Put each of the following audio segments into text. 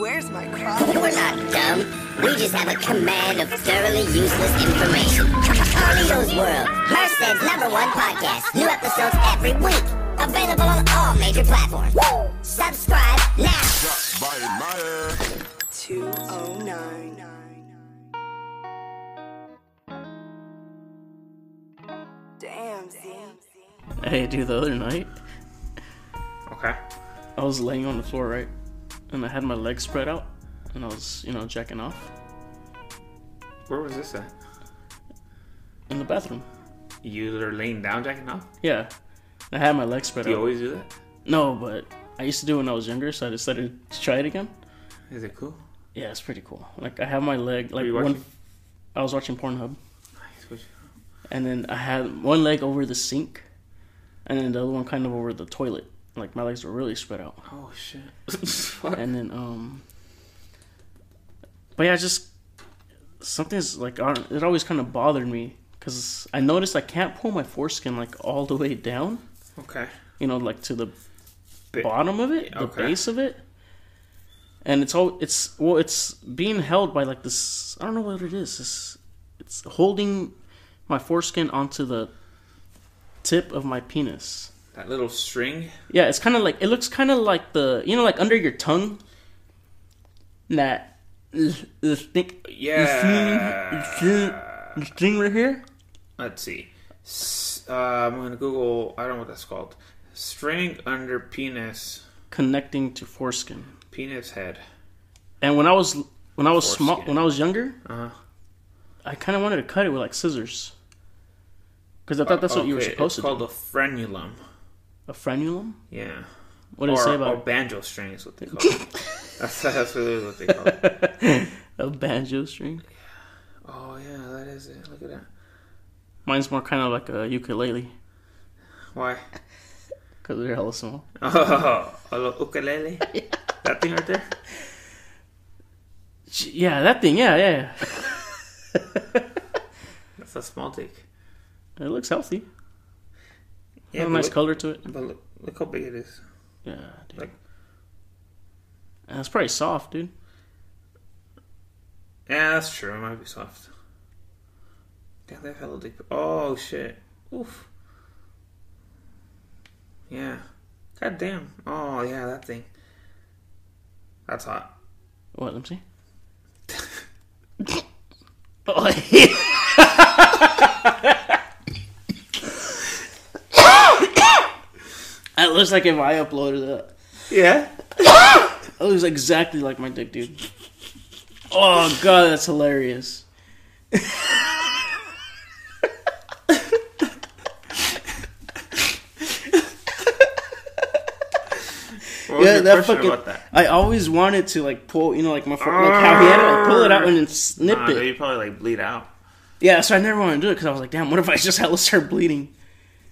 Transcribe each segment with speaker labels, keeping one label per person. Speaker 1: Where's my crop?
Speaker 2: We're not dumb. We just have a command of thoroughly useless information. Carlito's World, Merced's number one podcast. New episodes every week. Available on all major platforms. Subscribe now.
Speaker 3: Bite my ass.
Speaker 1: 209. Damn, Z.
Speaker 4: Hey, dude, the other night
Speaker 5: Okay.
Speaker 4: I was laying on the floor, right? And I had my legs spread out and I was, you know, jacking off
Speaker 5: Where was this at?
Speaker 4: in the bathroom.
Speaker 5: You are laying down, jacking off.
Speaker 4: Yeah. I had my legs spread
Speaker 5: Do you
Speaker 4: out.
Speaker 5: always do that?
Speaker 4: No, but I used to do it when I was younger, so I decided to try it again.
Speaker 5: Is it cool?
Speaker 4: Yeah, it's pretty cool. Like I have my leg like
Speaker 5: you
Speaker 4: one
Speaker 5: watching?
Speaker 4: I was watching Pornhub
Speaker 5: Nice, what you-
Speaker 4: and then I had one leg over the sink and then the other one kind of over the toilet. Like my legs were really spread out.
Speaker 5: Oh shit. Fuck.
Speaker 4: and then um but yeah just something's like I don't- it always kind of bothered me because i noticed i can't pull my foreskin like all the way down
Speaker 5: Okay.
Speaker 4: you know like to the
Speaker 5: Ba-
Speaker 4: bottom of it the
Speaker 5: okay.
Speaker 4: base of it and it's all it's well it's being held by like this i don't know what it is it's, it's holding my foreskin onto the tip of my penis
Speaker 5: That little string.
Speaker 4: yeah, it's kind of like it looks kind of like the you know like under your tongue. That the thing,
Speaker 5: Yeah.
Speaker 4: the thing right here.
Speaker 5: Let's see. S- uh, I'm gonna Google. I don't know what that's called. String under penis.
Speaker 4: Connecting to foreskin.
Speaker 5: Penis head.
Speaker 4: And when I was when I was small,
Speaker 5: Foreskin.
Speaker 4: when I was younger,
Speaker 5: Uh-huh.
Speaker 4: I kind of wanted to cut it with like scissors. Because I thought that's what you were
Speaker 5: Okay,
Speaker 4: supposed
Speaker 5: it's
Speaker 4: to
Speaker 5: called
Speaker 4: do.
Speaker 5: a frenulum.
Speaker 4: A frenulum.
Speaker 5: Yeah.
Speaker 4: What did it
Speaker 5: or,
Speaker 4: say
Speaker 5: or
Speaker 4: about
Speaker 5: banjo string is what they call it. that's, that's really what they call it.
Speaker 4: a banjo string?
Speaker 5: Oh yeah, that is it. Look at that.
Speaker 4: Mine's more kind of like a ukulele
Speaker 5: Why?
Speaker 4: because they're hella small.
Speaker 5: Oh, a little ukulele. That thing right there.
Speaker 4: Sh- Yeah, that thing. Yeah, yeah. yeah.
Speaker 5: That's a small dick.
Speaker 4: It looks healthy.
Speaker 5: Yeah,
Speaker 4: a
Speaker 5: but
Speaker 4: nice
Speaker 5: look,
Speaker 4: color to it.
Speaker 5: But look, look how big it is.
Speaker 4: Yeah, dude.
Speaker 5: Like-
Speaker 4: And it's pretty soft, dude.
Speaker 5: Yeah, that's true. It might be soft. Damn, that fellow dick. Oh shit. Oof. Yeah. God damn. Oh yeah, that thing. That's hot.
Speaker 4: What? Let me see. oh, yeah. It looks like if I uploaded that.
Speaker 5: Yeah.
Speaker 4: It looks exactly like my dick, dude. Oh god, that's hilarious.
Speaker 5: What was
Speaker 4: Yeah,
Speaker 5: your
Speaker 4: that
Speaker 5: question
Speaker 4: fucking-
Speaker 5: about that?
Speaker 4: I always wanted to like pull, you know, like my fo- like how he had it, like pull it out and then snip
Speaker 5: Nah,
Speaker 4: it.
Speaker 5: dude, you probably like bleed out.
Speaker 4: Yeah, so I never wanted to do it because I was like, damn, what if I just hella start bleeding?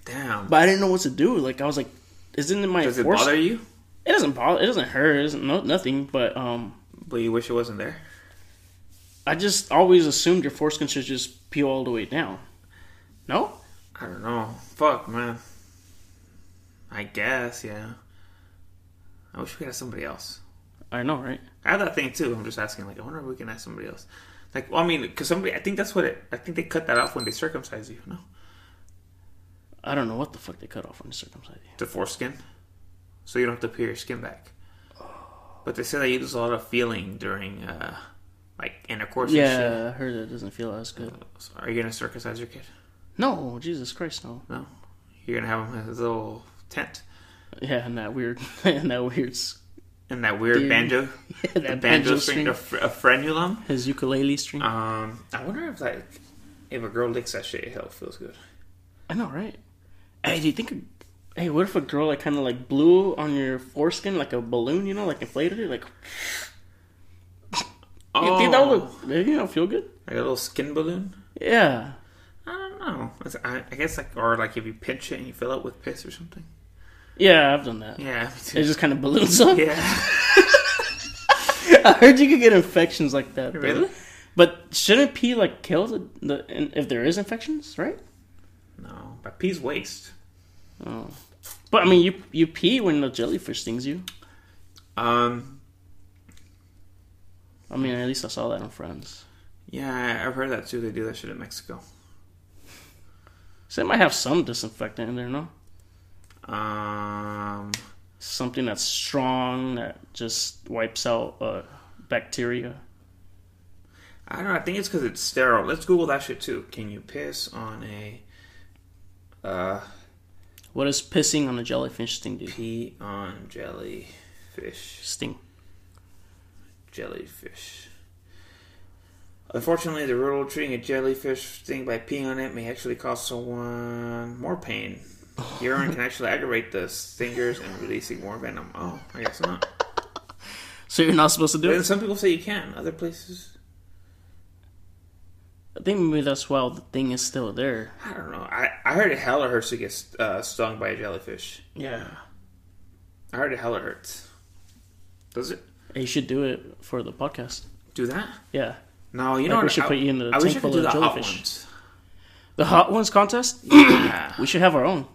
Speaker 5: Damn.
Speaker 4: but I didn't know what to do. Like I was like, isn't it my
Speaker 5: Does it
Speaker 4: force-
Speaker 5: bother you?
Speaker 4: It doesn't bother. It doesn't hurt. It doesn't no, nothing. But um,
Speaker 5: But you wish it wasn't there.
Speaker 4: I just always assumed your foreskin should just peel all the way down. No,
Speaker 5: I don't know. Fuck, man. I guess, yeah. I wish we could have somebody else.
Speaker 4: I know, right?
Speaker 5: I have that thing too. I'm just asking, like, I wonder if we can ask somebody else. Like, well, I mean, because somebody, I think that's what it, I think they cut that off when they circumcise you, no?
Speaker 4: I don't know what the fuck they cut off when they circumcise you.
Speaker 5: The foreskin. So you don't have to peel your skin back. But they say that you lose a lot of feeling during, uh, like, intercourse and shit.
Speaker 4: Yeah, I heard that it doesn't feel as good.
Speaker 5: So are you going to circumcise your kid?
Speaker 4: No, Jesus Christ, no.
Speaker 5: No. You're going to have him in his little tent.
Speaker 4: Yeah, and that weird, and that weird, s-
Speaker 5: And that weird
Speaker 4: Dude.
Speaker 5: banjo.
Speaker 4: that
Speaker 5: The banjo string, a, fr- a frenulum.
Speaker 4: his ukulele string.
Speaker 5: Um, I wonder if like if a girl licks that shit, it hell feels good.
Speaker 4: I know, right? Hey, do you think? Hey, what if a girl like kind of like blew on your foreskin like a balloon? You know, like inflated it. Like, you think that
Speaker 5: Oh.
Speaker 4: would maybe that would feel good?
Speaker 5: like a little skin balloon?
Speaker 4: Yeah,
Speaker 5: I don't know. It's, I, I guess like or like if you pinch it and you fill it with piss or something.
Speaker 4: yeah, I've done that.
Speaker 5: Yeah.
Speaker 4: It just kind of balloons up.
Speaker 5: yeah.
Speaker 4: I heard you could get infections like that. though.
Speaker 5: Really?
Speaker 4: But shouldn't pee like kill the, the and if there is infections, right?
Speaker 5: No, but pee's waste.
Speaker 4: But I mean, you you pee when the jellyfish stings you.
Speaker 5: Um,
Speaker 4: I mean, at least I saw that on Friends.
Speaker 5: Yeah, I've heard that too. They do that shit in Mexico.
Speaker 4: So it might have some disinfectant in there, no?
Speaker 5: Um,
Speaker 4: Something that's strong that just wipes out uh, bacteria.
Speaker 5: I don't know. I think it's because it's sterile. Let's Google that shit too. Can you piss on a uh,
Speaker 4: What does pissing on a jellyfish thing do?
Speaker 5: pee on jellyfish?
Speaker 4: Sting.
Speaker 5: Jellyfish. Unfortunately, the rule treating a jellyfish sting by peeing on it may actually cause someone more pain. Urine can actually aggravate the stingers and releasing more venom. Oh, I guess not.
Speaker 4: So you're not supposed to do
Speaker 5: But then
Speaker 4: it?
Speaker 5: some people say you can. Other places,
Speaker 4: I think maybe that's why the thing is still there.
Speaker 5: I don't know. I, I heard it hella hurts to get uh, stung by a jellyfish.
Speaker 4: Yeah.
Speaker 5: I heard it hella hurts. Does it
Speaker 4: You should do it for the podcast.
Speaker 5: do that?
Speaker 4: Yeah.
Speaker 5: No, you
Speaker 4: Like,
Speaker 5: know
Speaker 4: we
Speaker 5: what?
Speaker 4: should
Speaker 5: I,
Speaker 4: put you in the
Speaker 5: I wish
Speaker 4: tank
Speaker 5: I
Speaker 4: full
Speaker 5: could do
Speaker 4: of
Speaker 5: the
Speaker 4: jellyfish.
Speaker 5: hot ones.
Speaker 4: The Hot Ones contest?
Speaker 5: Yeah,
Speaker 4: We should have our own.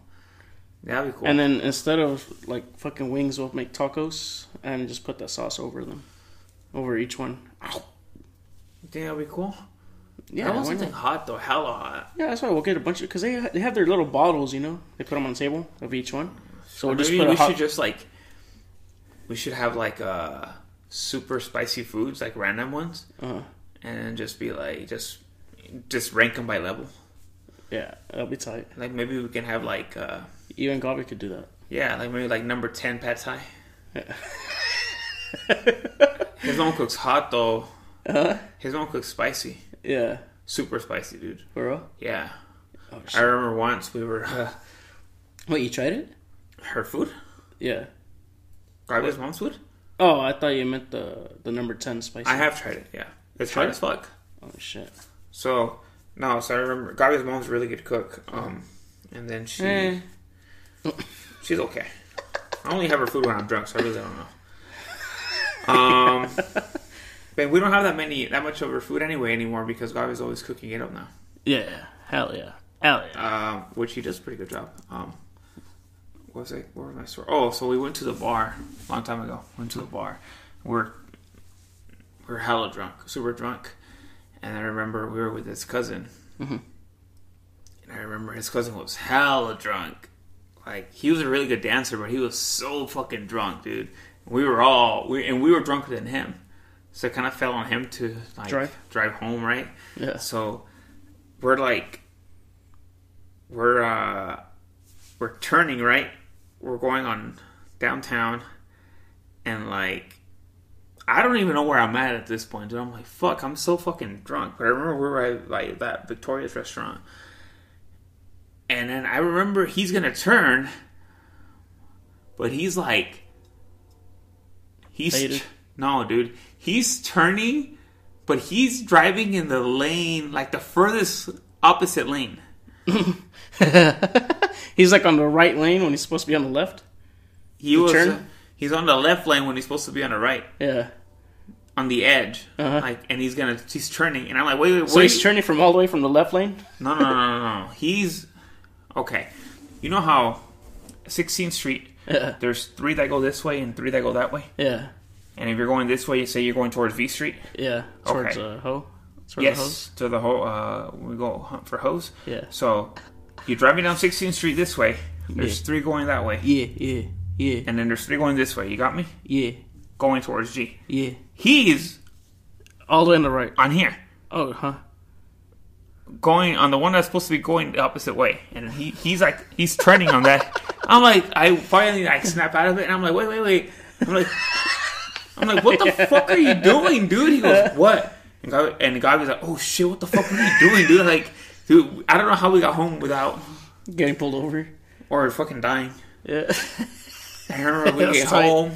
Speaker 5: that'd be cool.
Speaker 4: And then instead of like fucking wings, we'll make tacos and just put that sauce over them, over each one.
Speaker 5: you think that'd be cool?
Speaker 4: Yeah,
Speaker 5: I want
Speaker 4: why
Speaker 5: something
Speaker 4: not?
Speaker 5: hot though, hella hot.
Speaker 4: yeah. That's why we'll get a bunch of because they they have their little bottles, you know. They put them on the table of each one. So we'll just
Speaker 5: Maybe
Speaker 4: put a
Speaker 5: we
Speaker 4: hot.
Speaker 5: should just like we should have like uh super spicy foods, like random ones,
Speaker 4: Uh-huh.
Speaker 5: and then just be like just just rank them by level.
Speaker 4: yeah, that'll be tight.
Speaker 5: Like maybe we can have like uh
Speaker 4: You and Gavi could do that.
Speaker 5: yeah, like maybe like number ten pad thai. His mom cooks hot though.
Speaker 4: Huh?
Speaker 5: His mom cooks spicy,
Speaker 4: Yeah,
Speaker 5: super spicy, dude.
Speaker 4: for real.
Speaker 5: Yeah.
Speaker 4: Oh,
Speaker 5: I
Speaker 4: shit.
Speaker 5: remember once we were uh,
Speaker 4: Wait, you tried it?
Speaker 5: her food,
Speaker 4: Yeah.
Speaker 5: Gabi's mom's food.
Speaker 4: Oh, I thought you meant the the number ten spicy.
Speaker 5: I have tried it. Yeah, it's hot
Speaker 4: Sure.
Speaker 5: as fuck.
Speaker 4: Oh shit.
Speaker 5: So no, so I remember Gabi's mom's a really good cook. Um, and then she
Speaker 4: Eh.
Speaker 5: she's okay. I only have her food when I'm drunk, so I really don't know. Um, but we don't have that many that much of her food anyway anymore because Gabi's always cooking it up now,
Speaker 4: Yeah. Hell yeah. Hell yeah.
Speaker 5: um, which he does a pretty good job. Um, what was I? Where was my story? Oh, so we went to the bar a long time ago. Went to the bar. We're we're hella drunk, super drunk. And I remember we were with his cousin. And I remember his cousin was hella drunk. Like he was a really good dancer, but he was so fucking drunk, dude. We were all we and we were drunker than him, so it kind of fell on him to like
Speaker 4: Drive.
Speaker 5: drive home, right?
Speaker 4: Yeah.
Speaker 5: So we're like we're uh we're turning right. We're going on downtown, and like I don't even know where I'm at at this point, dude. I'm like, fuck, I'm so fucking drunk. But I remember we were at like that Victoria's restaurant, and then I remember he's gonna turn, but he's like, he's
Speaker 4: Faded.
Speaker 5: no, dude, he's turning, but he's driving in the lane like the furthest opposite lane.
Speaker 4: He's like on the right lane when he's supposed to be on the left.
Speaker 5: He was uh,
Speaker 4: turn?
Speaker 5: he's on the left lane when he's supposed to be on the right,
Speaker 4: Yeah.
Speaker 5: on the edge,
Speaker 4: Uh-huh.
Speaker 5: like, and he's gonna he's turning, and I'm like, wait, wait, wait.
Speaker 4: So he's turning from all the way from the left lane.
Speaker 5: No, no, no, no, no. He's okay. You know how 16th Street,
Speaker 4: Yeah.
Speaker 5: there's three that go this way and three that go that way.
Speaker 4: Yeah.
Speaker 5: And if you're going this way, you say you're going towards V Street.
Speaker 4: Yeah. Towards
Speaker 5: Okay.
Speaker 4: uh, hoe. Towards the hose.
Speaker 5: Yes, to the whole. Uh, we go hunt for hose.
Speaker 4: Yeah.
Speaker 5: So you're driving down 16th Street this way. There's
Speaker 4: Yeah.
Speaker 5: three going that way,
Speaker 4: Yeah. Yeah. Yeah.
Speaker 5: and then there's three going this way. You got me?
Speaker 4: Yeah.
Speaker 5: Going towards G.
Speaker 4: Yeah.
Speaker 5: He's
Speaker 4: All the way on the right.
Speaker 5: on here,
Speaker 4: Oh, huh.
Speaker 5: going on the one that's supposed to be going the opposite way, and he he's like he's turning on that. I'm like, I finally like snap out of it, and I'm like, wait, wait, wait. I'm like, I'm like, what the fuck are you doing, dude? He goes, what? And the guy, and the guy was like, oh shit, what the fuck are you doing, dude? Like, dude, I don't know how we got home without
Speaker 4: Getting pulled over.
Speaker 5: or fucking dying.
Speaker 4: Yeah.
Speaker 5: I remember we
Speaker 4: That's
Speaker 5: get
Speaker 4: tight.
Speaker 5: home,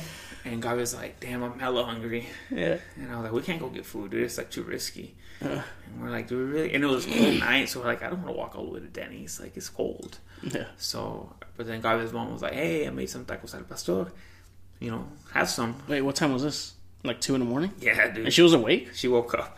Speaker 5: and guy was like, damn, I'm hella hungry.
Speaker 4: yeah.
Speaker 5: And I was like, we can't go get food, dude. It's like too risky.
Speaker 4: Uh.
Speaker 5: And we're like, do we really? And it was a cold night, so we're like, I don't want to walk all the way to Denny's. Like, it's cold.
Speaker 4: Yeah.
Speaker 5: So, but then Gabi's mom was like, hey, I made some tacos al pastor. You know, have some.
Speaker 4: Wait, what time was this? Like two in the morning.
Speaker 5: Yeah,
Speaker 4: And
Speaker 5: dude.
Speaker 4: she was awake.
Speaker 5: She woke up.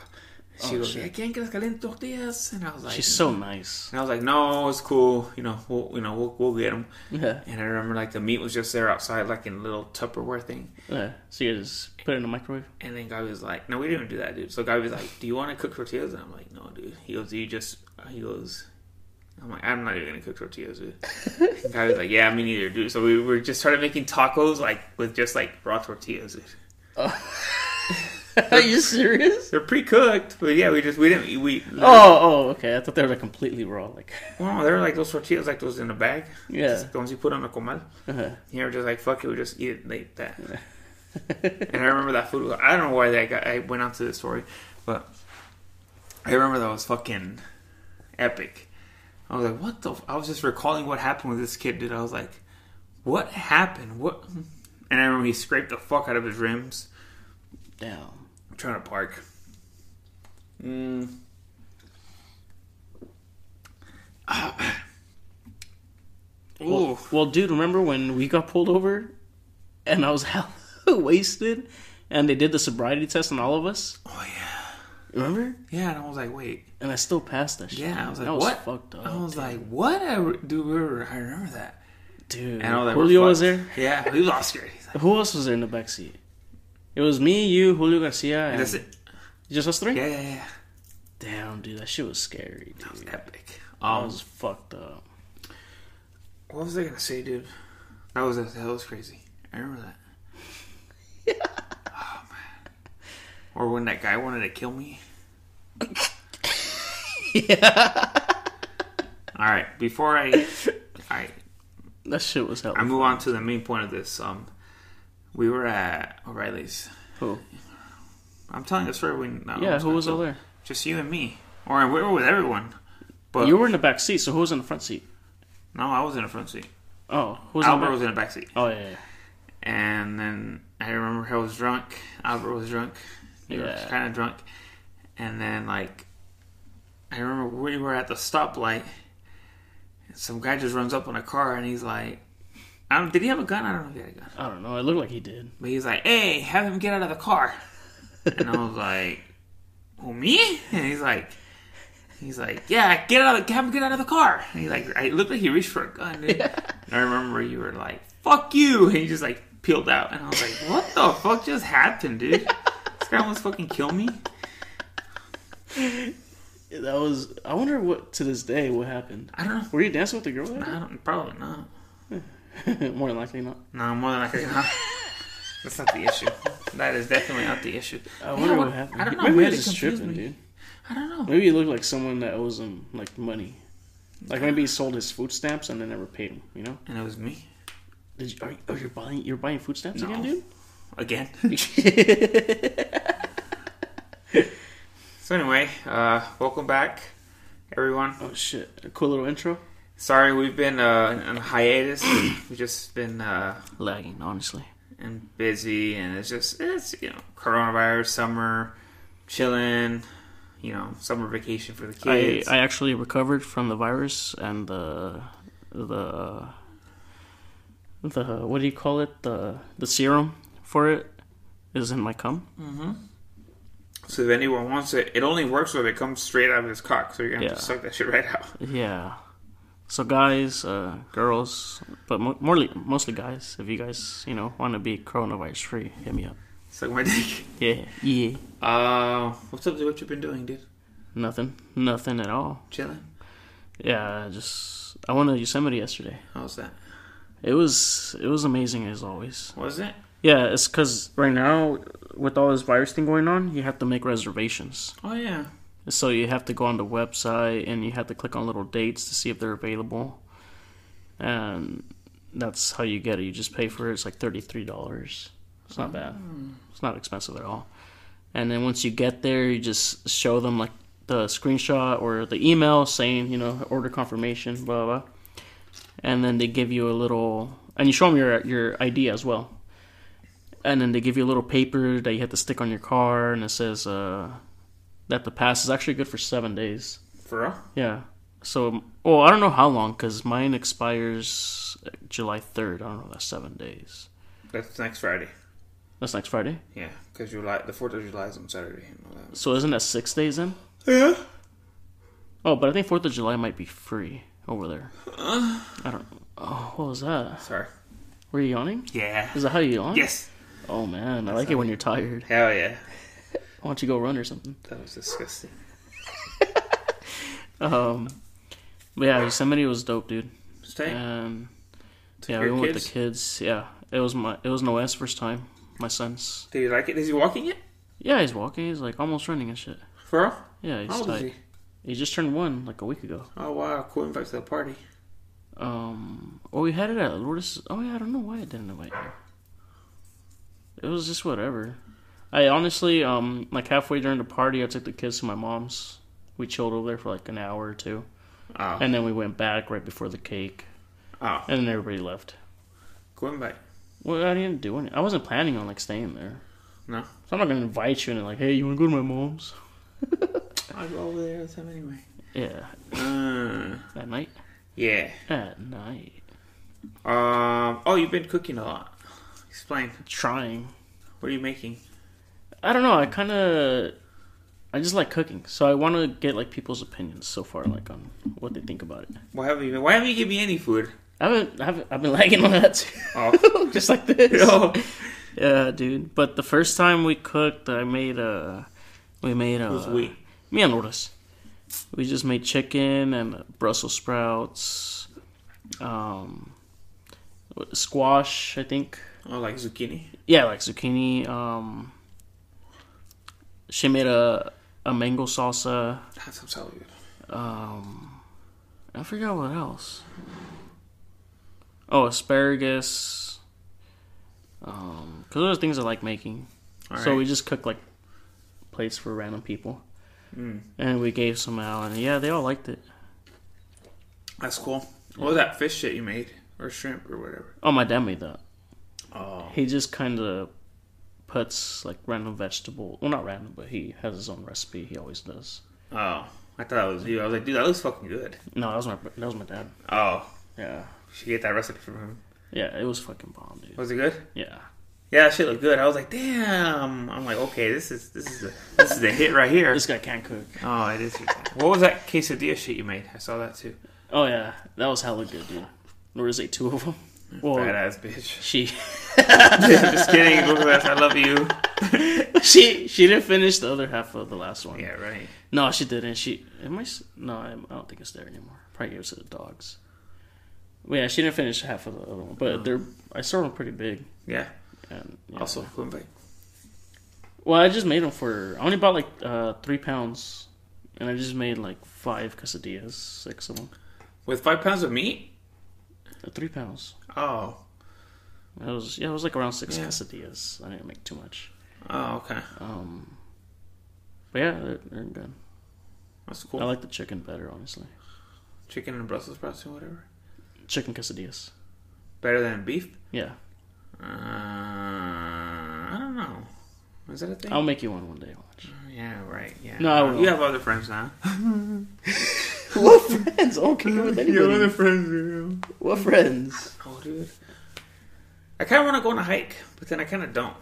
Speaker 5: She
Speaker 4: Oh,
Speaker 5: goes,
Speaker 4: shit.
Speaker 5: "Yeah, ¿Quieren que les caliente tortillas?" And I was like,
Speaker 4: She's so nice.
Speaker 5: and I was like, "No, it's cool. You know, we'll you know we'll we'll get them."
Speaker 4: Yeah.
Speaker 5: And I remember like the meat was just there outside, like in a little Tupperware thing.
Speaker 4: yeah. So you just put it in the microwave?
Speaker 5: And then Guy was like, "No, we didn't do that, dude." So Guy was like, "Do you want to cook tortillas?" And I'm like, "No, dude." He goes, "You just," uh," he goes, "I'm like, I'm not even gonna cook tortillas, dude." and Guy was like, "Yeah, me neither, dude." So we were just started making tacos like with just like raw tortillas. Dude.
Speaker 4: Are you serious?
Speaker 5: They're pre-cooked, but yeah, we just we didn't we.
Speaker 4: Oh, oh, okay. I thought they were like completely raw. Like,
Speaker 5: Well, they're like those tortillas, like those in a bag.
Speaker 4: yeah.
Speaker 5: The ones you put on a comal.
Speaker 4: Uh-huh.
Speaker 5: You were just like, fuck it, we just eat it like that. and I remember that food. was- I don't know why that guy. I went on to this story, but I remember that was fucking epic. I was like, what the? F-? I was just recalling what happened with this kid, dude. I was like, what happened? What? And I remember he scraped the fuck out of his rims
Speaker 4: Damn.
Speaker 5: trying to park. Mm.
Speaker 4: Ah.
Speaker 5: Ooh.
Speaker 4: Well, dude, remember when we got pulled over and I was hella wasted and they did the sobriety test on all of us?
Speaker 5: Oh yeah.
Speaker 4: Remember?
Speaker 5: Yeah, and I was like, wait.
Speaker 4: And I still passed that shit.
Speaker 5: Yeah, I was like,
Speaker 4: that
Speaker 5: what?
Speaker 4: was fucked up.
Speaker 5: I was like, what? I re- do we were- I remember that.
Speaker 4: dude.
Speaker 5: And I was like,
Speaker 4: Julio
Speaker 5: fuck.
Speaker 4: was there.
Speaker 5: Yeah, he was all scared. He's like,
Speaker 4: Who else was there in the backseat? It was me, you, Julio Garcia, and
Speaker 5: That's it.
Speaker 4: just us three.
Speaker 5: Yeah, yeah, yeah.
Speaker 4: Damn, dude, that shit was scary. Dude.
Speaker 5: That was epic.
Speaker 4: I
Speaker 5: Um,
Speaker 4: was fucked up.
Speaker 5: what was I gonna say, dude? That was that was crazy. I remember that. oh man. Or when that guy wanted to kill me. yeah. All right. Before I, I
Speaker 4: That shit was hell.
Speaker 5: I move on to the main point of this. Um, we were at O'Reilly's.
Speaker 4: Who?
Speaker 5: I'm telling this for everyone. No,
Speaker 4: Yeah,
Speaker 5: it's
Speaker 4: who
Speaker 5: not
Speaker 4: was all
Speaker 5: cool.
Speaker 4: there?
Speaker 5: Just you and me, or we were with everyone. But
Speaker 4: You were in the back seat, so who was in the front seat?
Speaker 5: no, I was in the front seat.
Speaker 4: Oh, who was in
Speaker 5: Albert
Speaker 4: the
Speaker 5: was
Speaker 4: back?
Speaker 5: in the back seat,
Speaker 4: Oh yeah, yeah, yeah.
Speaker 5: and then I remember I was drunk. Albert was drunk. You
Speaker 4: Yeah.
Speaker 5: were kind of drunk, and then like I remember we were at the stoplight. And some guy just runs up on a car, and he's like, I don't, "Did he have a gun? I don't know if he had a gun."
Speaker 4: I don't know. It looked like he did.
Speaker 5: But he's like, hey, have him get out of the car. And I was like, who, me? And he's like, he's like, yeah, get out of the, have him get out of the car. And he like, I it looked like he reached for a gun, dude. And I remember you were like, fuck you. And he just like peeled out. And I was like, what the fuck just happened, dude? This guy almost fucking killed me.
Speaker 4: That was. I wonder what to this day what happened.
Speaker 5: I don't know.
Speaker 4: Were you dancing with the girl?
Speaker 5: I don't, probably not.
Speaker 4: More than likely not.
Speaker 5: No, more than likely not. That's not the issue. That is definitely not the issue.
Speaker 4: I wonder
Speaker 5: Yeah,
Speaker 4: what happened.
Speaker 5: I don't know.
Speaker 4: Maybe
Speaker 5: Maybe
Speaker 4: he was just
Speaker 5: confused
Speaker 4: tripping,
Speaker 5: me.
Speaker 4: dude.
Speaker 5: I don't know.
Speaker 4: Maybe he looked like someone that owes him like money. Like maybe he sold his food stamps and they never paid him. You know?
Speaker 5: And it was me
Speaker 4: Did you? Are you, oh, you're buying? You're buying food stamps
Speaker 5: No.
Speaker 4: again, dude?
Speaker 5: again. So anyway, uh, welcome back, everyone.
Speaker 4: oh shit! A cool little intro.
Speaker 5: Sorry we've been uh, on hiatus. We've just been uh,
Speaker 4: Lagging, honestly.
Speaker 5: and busy, and it's just it's you know coronavirus, summer, chilling, you know, summer vacation for the
Speaker 4: I,
Speaker 5: kids.
Speaker 4: I actually recovered from the virus and the the the what do you call it the the serum for it is in my cum.
Speaker 5: so if anyone wants it, it only works if it comes straight out of his cock. So you're gonna have
Speaker 4: Yeah.
Speaker 5: to suck that shit right out.
Speaker 4: Yeah. So guys, uh, girls, but mo- more mostly guys. If you guys you know want to be coronavirus free, hit me up.
Speaker 5: Suck my dick.
Speaker 4: Yeah, yeah.
Speaker 5: Uh, what's up? dude? What you been doing, dude?
Speaker 4: Nothing, nothing at all.
Speaker 5: Chilling.
Speaker 4: Yeah, just I went to Yosemite yesterday.
Speaker 5: How's that?
Speaker 4: It was it was amazing as always.
Speaker 5: Was it?
Speaker 4: Yeah, it's because right now with all this virus thing going on, you have to make reservations.
Speaker 5: Oh yeah.
Speaker 4: So you have to go on the website and you have to click on little dates to see if they're available, and that's how you get it. You just pay for it. It's like thirty three dollars. It's not bad. It's not expensive at all. And then once you get there, you just show them like the screenshot or the email saying you know order confirmation, blah blah. blah. And then they give you a little, and you show them your your ID as well. And then they give you a little paper that you have to stick on your car, and it says uh, that the pass is actually good for seven days.
Speaker 5: For real?
Speaker 4: Yeah. So, well, I don't know how long because mine expires July third. I don't know. That's seven days.
Speaker 5: That's next Friday.
Speaker 4: That's next Friday.
Speaker 5: Yeah, because July the Fourth of July is on Saturday and all that.
Speaker 4: So isn't that six days in?
Speaker 5: Yeah.
Speaker 4: Oh, but I think Fourth of July might be free over there.
Speaker 5: Uh.
Speaker 4: I don't. Oh, what was that?
Speaker 5: Sorry.
Speaker 4: Were you yawning?
Speaker 5: Yeah.
Speaker 4: Is that how you yawn?
Speaker 5: Yes.
Speaker 4: Oh man, I like it when you're tired.
Speaker 5: Hell yeah.
Speaker 4: Why don't you go run or something?
Speaker 5: That was disgusting.
Speaker 4: Um, but yeah, Yosemite was dope, dude.
Speaker 5: Stay.
Speaker 4: And yeah,
Speaker 5: your
Speaker 4: we went with
Speaker 5: kids?
Speaker 4: the kids. Yeah, it was my it was Noah's first time. My son's.
Speaker 5: Did he like it? Is he walking yet?
Speaker 4: Yeah, he's walking. He's like almost running and shit.
Speaker 5: For real?
Speaker 4: Yeah, he's
Speaker 5: How old is
Speaker 4: tight.
Speaker 5: he?
Speaker 4: He just turned one like a week ago.
Speaker 5: Oh wow, cool invite to the party.
Speaker 4: Um, well, we had it at Lourdes. Oh yeah, I don't know why I didn't invite you. It was just whatever. I honestly, um, like halfway during the party, I took the kids to my mom's. We chilled over there for like an hour or two,
Speaker 5: Oh.
Speaker 4: and then we went back right before the cake,
Speaker 5: Oh,
Speaker 4: and then everybody left.
Speaker 5: cool invite.
Speaker 4: Well, I didn't do any. I wasn't planning on like staying there,
Speaker 5: No.
Speaker 4: so I'm not gonna invite you and like, hey, you wanna go to my mom's?
Speaker 5: I go over there all the time anyway.
Speaker 4: Yeah,
Speaker 5: Uh,
Speaker 4: at night.
Speaker 5: yeah.
Speaker 4: At night,
Speaker 5: Um. Oh, you've been cooking a lot. Explain.
Speaker 4: trying.
Speaker 5: What are you making?
Speaker 4: I don't know. I kind of, I just like cooking, so I want to get like people's opinions so far, like on what they think about it.
Speaker 5: Why haven't you? Why haven't you given me any food?
Speaker 4: I haven't, I haven't I've been lagging on that too,
Speaker 5: Oh.
Speaker 4: just like this.
Speaker 5: Yo.
Speaker 4: Yeah, dude. But the first time we cooked, I made uh we made uh
Speaker 5: Who's we?
Speaker 4: me and Lourdes. We just made chicken and Brussels sprouts, um, squash. I think
Speaker 5: Oh, like zucchini.
Speaker 4: yeah, like zucchini. Um, she made a a mango salsa.
Speaker 5: Have some salad.
Speaker 4: I forgot what else. Oh, asparagus. Um, cause those are things I like making. So
Speaker 5: right.
Speaker 4: we just cook like plates for random people, and we gave some out, and yeah, they all liked it.
Speaker 5: That's cool. What was that fish shit you made, or shrimp, or whatever?
Speaker 4: Oh, my dad made that.
Speaker 5: Oh.
Speaker 4: He just kind of puts like random vegetable. Well, not random, but he has his own recipe. He always does.
Speaker 5: Oh. I thought it was you. I was like, dude, that looks fucking good.
Speaker 4: No, that was my that was my dad.
Speaker 5: Oh.
Speaker 4: Yeah,
Speaker 5: You should get that recipe from him.
Speaker 4: yeah, it was fucking bomb, dude.
Speaker 5: Was it good?
Speaker 4: Yeah,
Speaker 5: Yeah, that shit looked good. I was like, damn. I'm like, okay, this is this is a, this is a hit right here.
Speaker 4: this guy can't cook.
Speaker 5: Oh, it is. What was that quesadilla shit you made? I saw that too.
Speaker 4: Oh yeah, that was hella good, dude. Nor is it two of them. Well,
Speaker 5: Badass bitch.
Speaker 4: she
Speaker 5: Just kidding. Look at us. I love you.
Speaker 4: she she didn't finish the other half of the last one.
Speaker 5: Yeah, right.
Speaker 4: No, she didn't. She am I? s- No, I I don't think it's there anymore. Probably gave it to the dogs. Well, yeah, she didn't finish half of the other one,
Speaker 5: Oh.
Speaker 4: but they're I saw them pretty big.
Speaker 5: Yeah.
Speaker 4: And yeah.
Speaker 5: Also, cool invite.
Speaker 4: well, I just made them for. I only bought like uh, three pounds, and I just made like five quesadillas, six of them,
Speaker 5: With five pounds of meat?
Speaker 4: Uh, three pounds.
Speaker 5: Oh.
Speaker 4: It was yeah, it was like around six
Speaker 5: Yeah.
Speaker 4: quesadillas. I didn't make too much,
Speaker 5: Oh, okay.
Speaker 4: but yeah, they're, they're good.
Speaker 5: That's cool.
Speaker 4: I like the chicken better, honestly.
Speaker 5: Chicken and Brussels sprouts and whatever.
Speaker 4: Chicken quesadillas.
Speaker 5: Better than beef?
Speaker 4: Yeah,
Speaker 5: Uh, I don't know. Is that a thing?
Speaker 4: I'll make you one one day. Watch.
Speaker 5: yeah, right. Yeah.
Speaker 4: Um, No, I
Speaker 5: Uh,
Speaker 4: won't.
Speaker 5: you have other friends now.
Speaker 4: What friends? Okay with anybody.
Speaker 5: friends, you.
Speaker 4: What friends?
Speaker 5: Oh, dude. I kind of want to go on a hike, but then I kind of don't.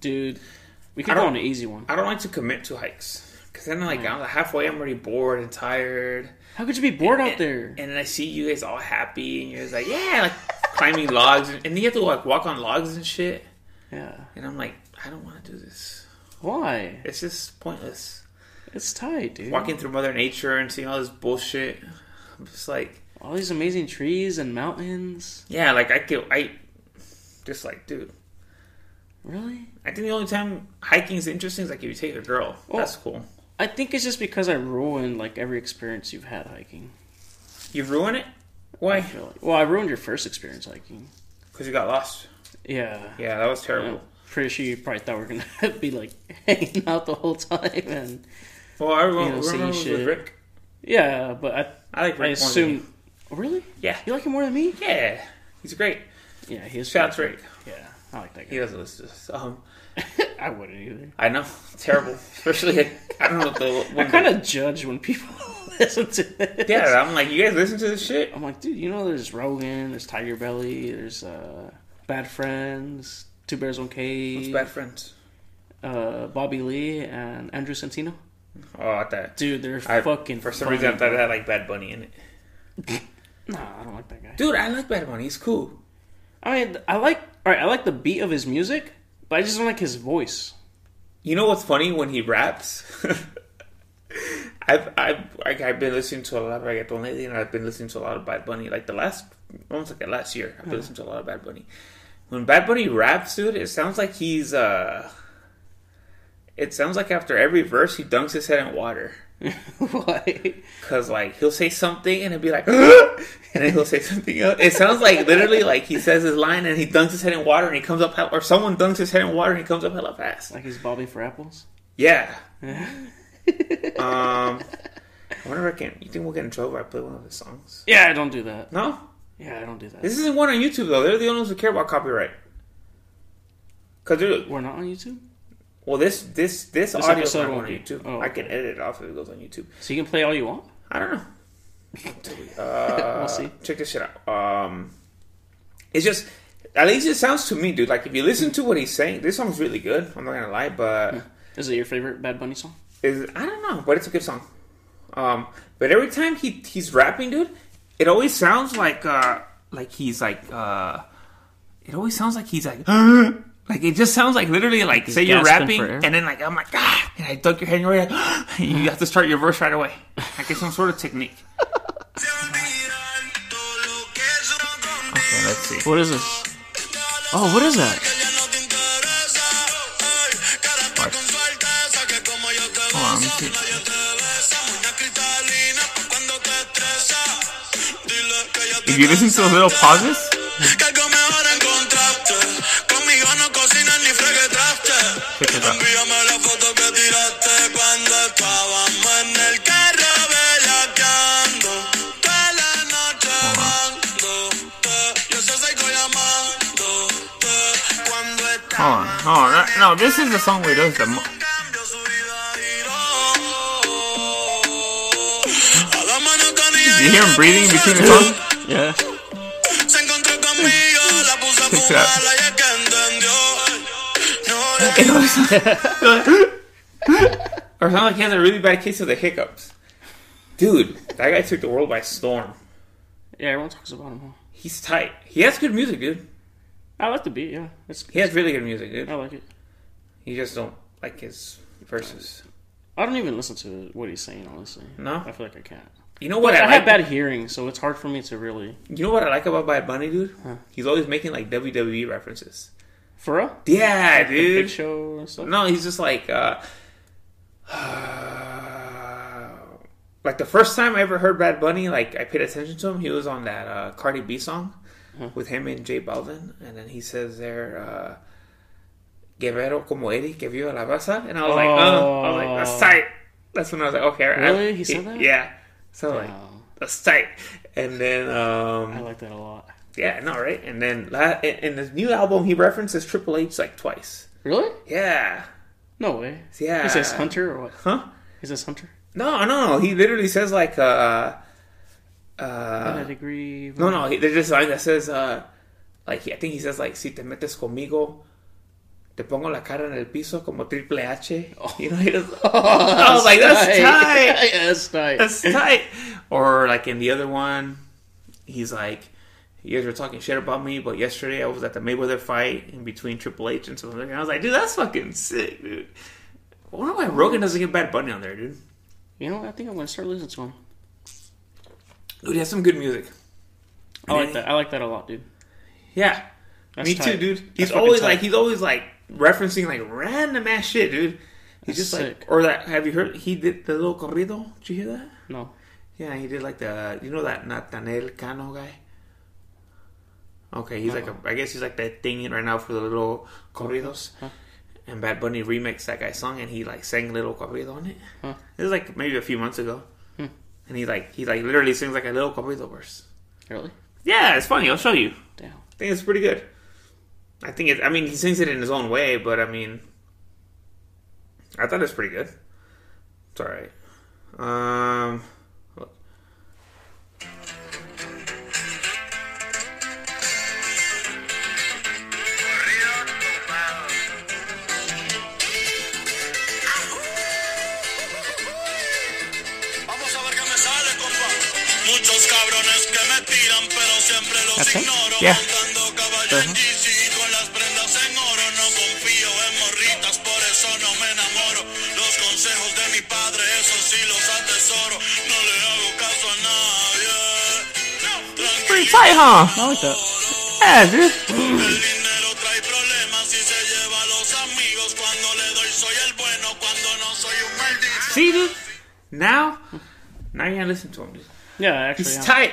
Speaker 4: Dude, we
Speaker 5: I
Speaker 4: can go
Speaker 5: don't-
Speaker 4: on an easy one.
Speaker 5: I don't like to commit to hikes because then, like,
Speaker 4: Mm.
Speaker 5: I'm halfway, I'm already bored and tired.
Speaker 4: How could you be bored out
Speaker 5: And-
Speaker 4: there?
Speaker 5: and then I see you guys all happy, and you're just like, yeah, like climbing logs, and, and you have to like walk on logs and shit.
Speaker 4: Yeah.
Speaker 5: And I'm like, I don't want to do this.
Speaker 4: Why?
Speaker 5: It's just pointless.
Speaker 4: It's tight, dude.
Speaker 5: Walking through Mother Nature and seeing all this bullshit. I'm just like,
Speaker 4: All these amazing trees and mountains.
Speaker 5: yeah, like I could, I just like, dude.
Speaker 4: Really?
Speaker 5: I think the only time hiking is interesting is like if you take a girl. That's cool.
Speaker 4: I think it's just because I ruined like every experience you've had hiking.
Speaker 5: You ruin it? Why?
Speaker 4: I feel like. Well, I ruined your first experience hiking.
Speaker 5: Because you got lost.
Speaker 4: Yeah.
Speaker 5: Yeah, that was
Speaker 4: I'm
Speaker 5: terrible.
Speaker 4: pretty sure you probably thought we are gonna be like hanging out the whole time and
Speaker 5: Well, I
Speaker 4: You
Speaker 5: remember,
Speaker 4: know,
Speaker 5: remember
Speaker 4: seeing
Speaker 5: it was
Speaker 4: shit.
Speaker 5: with Rick.
Speaker 4: yeah, but I
Speaker 5: I
Speaker 4: I
Speaker 5: like Rick. more than you.
Speaker 4: assume Oh, really
Speaker 5: Yeah.
Speaker 4: you like him more than me.
Speaker 5: Yeah. He's great.
Speaker 4: Yeah, he is.
Speaker 5: Shout out to Rick.
Speaker 4: Yeah, I like that
Speaker 5: He
Speaker 4: guy.
Speaker 5: doesn't listen to this. Um,
Speaker 4: I wouldn't either.
Speaker 5: I know. Terrible. Especially, I don't know what the.
Speaker 4: I kind of judge when people listen to this.
Speaker 5: Yeah, I'm like, you guys listen to this shit?
Speaker 4: I'm like, dude, you know, there's Rogan, there's Tiger Belly, there's uh, Bad Friends, Two Bears One
Speaker 5: It's
Speaker 4: K,
Speaker 5: bad friends.
Speaker 4: uh, Bobby Lee, and Andrew Santino.
Speaker 5: Oh, I thought.
Speaker 4: Dude, they're
Speaker 5: I,
Speaker 4: fucking.
Speaker 5: For some
Speaker 4: funny,
Speaker 5: reason, I thought
Speaker 4: bro.
Speaker 5: it had like Bad Bunny in it.
Speaker 4: Nah, I don't like that guy.
Speaker 5: Dude, I like Bad Bunny. He's cool.
Speaker 4: I mean, I like. All right, I like the beat of his music, but I just don't like his voice.
Speaker 5: You know what's funny when he raps? I've I've like, I've been listening to a lot of reggaeton lately, and I've been listening to a lot of Bad Bunny. Like the last, almost like the last year, I've been listening to a lot of Bad Bunny. When Bad Bunny raps, dude, it sounds like he's uh, it sounds like after every verse he dunks his head in water.
Speaker 4: Why?
Speaker 5: Cause like he'll say something and it'll be like, and then he'll say something else. It sounds like literally like he says his line and he dunks his head in water and he comes up, hell- or someone dunks his head in water and he comes up hella fast.
Speaker 4: Like he's bobbing for apples.
Speaker 5: Yeah. um, I wonder if I can. You think we'll get in trouble if I play one of his songs?
Speaker 4: Yeah, I don't do that.
Speaker 5: No.
Speaker 4: Yeah, I don't do that.
Speaker 5: This isn't one on YouTube though. They're the only ones who care about copyright. Cause they're
Speaker 4: We're not on YouTube,
Speaker 5: well, this this this,
Speaker 4: This
Speaker 5: audio
Speaker 4: episode
Speaker 5: not on
Speaker 4: won't be.
Speaker 5: YouTube.
Speaker 4: Oh,
Speaker 5: I can edit it off if it goes on YouTube.
Speaker 4: so you can play all you want.
Speaker 5: I don't know.
Speaker 4: we'll see.
Speaker 5: check this shit out. Um, it's just at least it sounds to me, dude. Like if you listen to what he's saying, this song's really good. I'm not gonna lie, but
Speaker 4: Hmm. Is it your favorite Bad Bunny song?
Speaker 5: is I don't know, but it's a good song. Um, but every time he he's rapping, dude, it always sounds like uh like he's like uh it always sounds like he's like like it just sounds like literally like say you're
Speaker 4: gasping
Speaker 5: rapping
Speaker 4: for air.
Speaker 5: and then like I'm like ah and I dunk your head in your head and you have to start your verse right away like it's some sort of technique. Okay, let's see.
Speaker 4: What is this? Oh, what is that?
Speaker 5: Hold on, let me see. If you listen to the little pauses,
Speaker 6: Que algo mejor encontraste. Conmigo no cocinas ni fregues traste.
Speaker 5: check this out.
Speaker 6: Envíame la foto que tiraste cuando estábamos en el carro bellaqueando. Toda la noche amándote. Yo se sigo llamándote. Cuando
Speaker 5: Hold on,
Speaker 6: estábamos
Speaker 5: hold on. No, this is the song where he does the. Mo-
Speaker 6: cambio su vida giró. A la monotonía
Speaker 5: you hear him breathing between the songs?
Speaker 4: Yeah.
Speaker 6: se encontró conmigo, la puse a
Speaker 5: Check it out.
Speaker 6: fumar, la ya que entendió. No le
Speaker 5: or sounds like he has a really bad case of the hiccups. Dude, that guy took the world by storm.
Speaker 4: Yeah, everyone talks about him. Huh?
Speaker 5: He's tight. He has good music, dude.
Speaker 4: I like the beat. Yeah, it's.
Speaker 5: He has really good music, dude.
Speaker 4: I like it.
Speaker 5: You just don't like his verses.
Speaker 4: I don't even listen to what he's saying. Honestly,
Speaker 5: No?
Speaker 4: I feel like I can't.
Speaker 5: You know what I,
Speaker 4: I
Speaker 5: like?
Speaker 4: have bad hearing, so it's hard for me to really.
Speaker 5: You know what I like about Bad Bunny, dude? He's always making like WWE references.
Speaker 4: For real?
Speaker 5: Yeah,
Speaker 4: Big
Speaker 5: dude.
Speaker 4: Show and stuff.
Speaker 5: No, he's just like, uh, like the first time I ever heard Bad Bunny, like I paid attention to him. He was on that uh, Cardi B song
Speaker 4: Mm-hmm.
Speaker 5: with him and Jay Balvin, and then he says there, uh, "Guerrero como eres, que viva la raza," and I was like, "Oh, I was like, that's tight." That's when I was like, "Okay, I-
Speaker 4: Really? He said that?
Speaker 5: Yeah. So like,
Speaker 4: Wow.
Speaker 5: that's tight. And then,
Speaker 4: I
Speaker 5: um,
Speaker 4: like that a lot.
Speaker 5: yeah, no, right? And then la- in in his new album, he references Triple H like twice.
Speaker 4: Really?
Speaker 5: Yeah.
Speaker 4: No way.
Speaker 5: Yeah.
Speaker 4: Is this Hunter or what?
Speaker 5: Huh?
Speaker 4: Is this Hunter?
Speaker 5: No, no, no. He literally says like, uh,
Speaker 4: I
Speaker 5: uh,
Speaker 4: agree.
Speaker 5: no, no. He, there's this line that says, uh, like I think he says like, si te metes conmigo, te pongo la cara en el piso como Triple H. You know, he does. I was like, Oh. that's tight.
Speaker 4: yeah, Oh, that's tight.
Speaker 5: That's tight. Or like in the other one, he's like, you guys were talking shit about me, but yesterday I was at the Mayweather fight in between Triple H and something. And I was like, dude, that's fucking sick, dude. I wonder why Rogan doesn't get Bad Bunny on there, dude.
Speaker 4: You know, what? I think I'm gonna start listening to him.
Speaker 5: Dude, he has some good music.
Speaker 4: I like that. I like that a lot, dude.
Speaker 5: Yeah.
Speaker 4: That's
Speaker 5: Me too,
Speaker 4: tight.
Speaker 5: dude.
Speaker 4: That's
Speaker 5: He's
Speaker 4: fucking
Speaker 5: always
Speaker 4: tight.
Speaker 5: like he's always like referencing like random ass shit, dude. He's
Speaker 4: That's
Speaker 5: just
Speaker 4: sick.
Speaker 5: like or that have you heard he did the little corrido? Did you hear that?
Speaker 4: No.
Speaker 5: Yeah, he did like the you know that Nathaniel Cano guy? Okay, he's like a I guess he's like that thing in right now for the little corridos. And Bad Bunny remixed that guy's song and he like sang little corrido on it.
Speaker 4: Huh. Hmm.
Speaker 5: It was like maybe a few months ago. And he like he like literally sings like a little corrido verse.
Speaker 4: Really?
Speaker 5: Yeah, it's funny, I'll show you.
Speaker 4: Damn.
Speaker 5: I think it's pretty good. I think it. I mean, he sings it in his own way, but I mean, I thought it was pretty good. It's all right. Um, look.
Speaker 6: me tiran, pero siempre los
Speaker 5: That's it?
Speaker 6: ignoro.
Speaker 5: Yeah.
Speaker 6: Montando caballo en GC con las prendas en oro. No confío en morritas, por eso no me enamoro. Los consejos de mi padre, eso sí los atesoro. No le hago caso a nadie.
Speaker 5: Pretty tight, huh?
Speaker 4: I like that.
Speaker 5: Yeah, dude.
Speaker 6: El dinero trae problemas y se lleva a los amigos. Cuando le doy, soy el bueno. Cuando no, soy un maldito.
Speaker 5: See, dude. Now, now you gotta listen to him, dude.
Speaker 4: Yeah, actually,
Speaker 5: He's
Speaker 4: yeah.
Speaker 5: tight.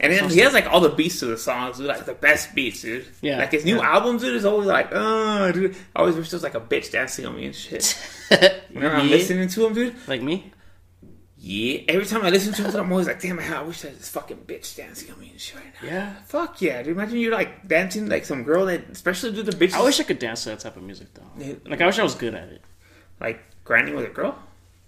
Speaker 5: And then he has like all the beats to the songs, dude, like the best beats, dude.
Speaker 4: Yeah.
Speaker 5: Like his new albums, dude, is always like, uh, dude. I always wish there was like a bitch dancing on me and shit. Whenever I'm
Speaker 4: Yeah.
Speaker 5: listening to him, dude,
Speaker 4: like me.
Speaker 5: yeah. Every time I listen to him, dude, I'm always like, damn, I wish there was this fucking bitch dancing on me and shit right now.
Speaker 4: Yeah.
Speaker 5: Fuck yeah, dude. Imagine you're like dancing like some girl that, especially dude, the bitch.
Speaker 4: I wish I could dance to that type of music though.
Speaker 5: Yeah.
Speaker 4: Like I wish I was good at it.
Speaker 5: like grinding with a girl.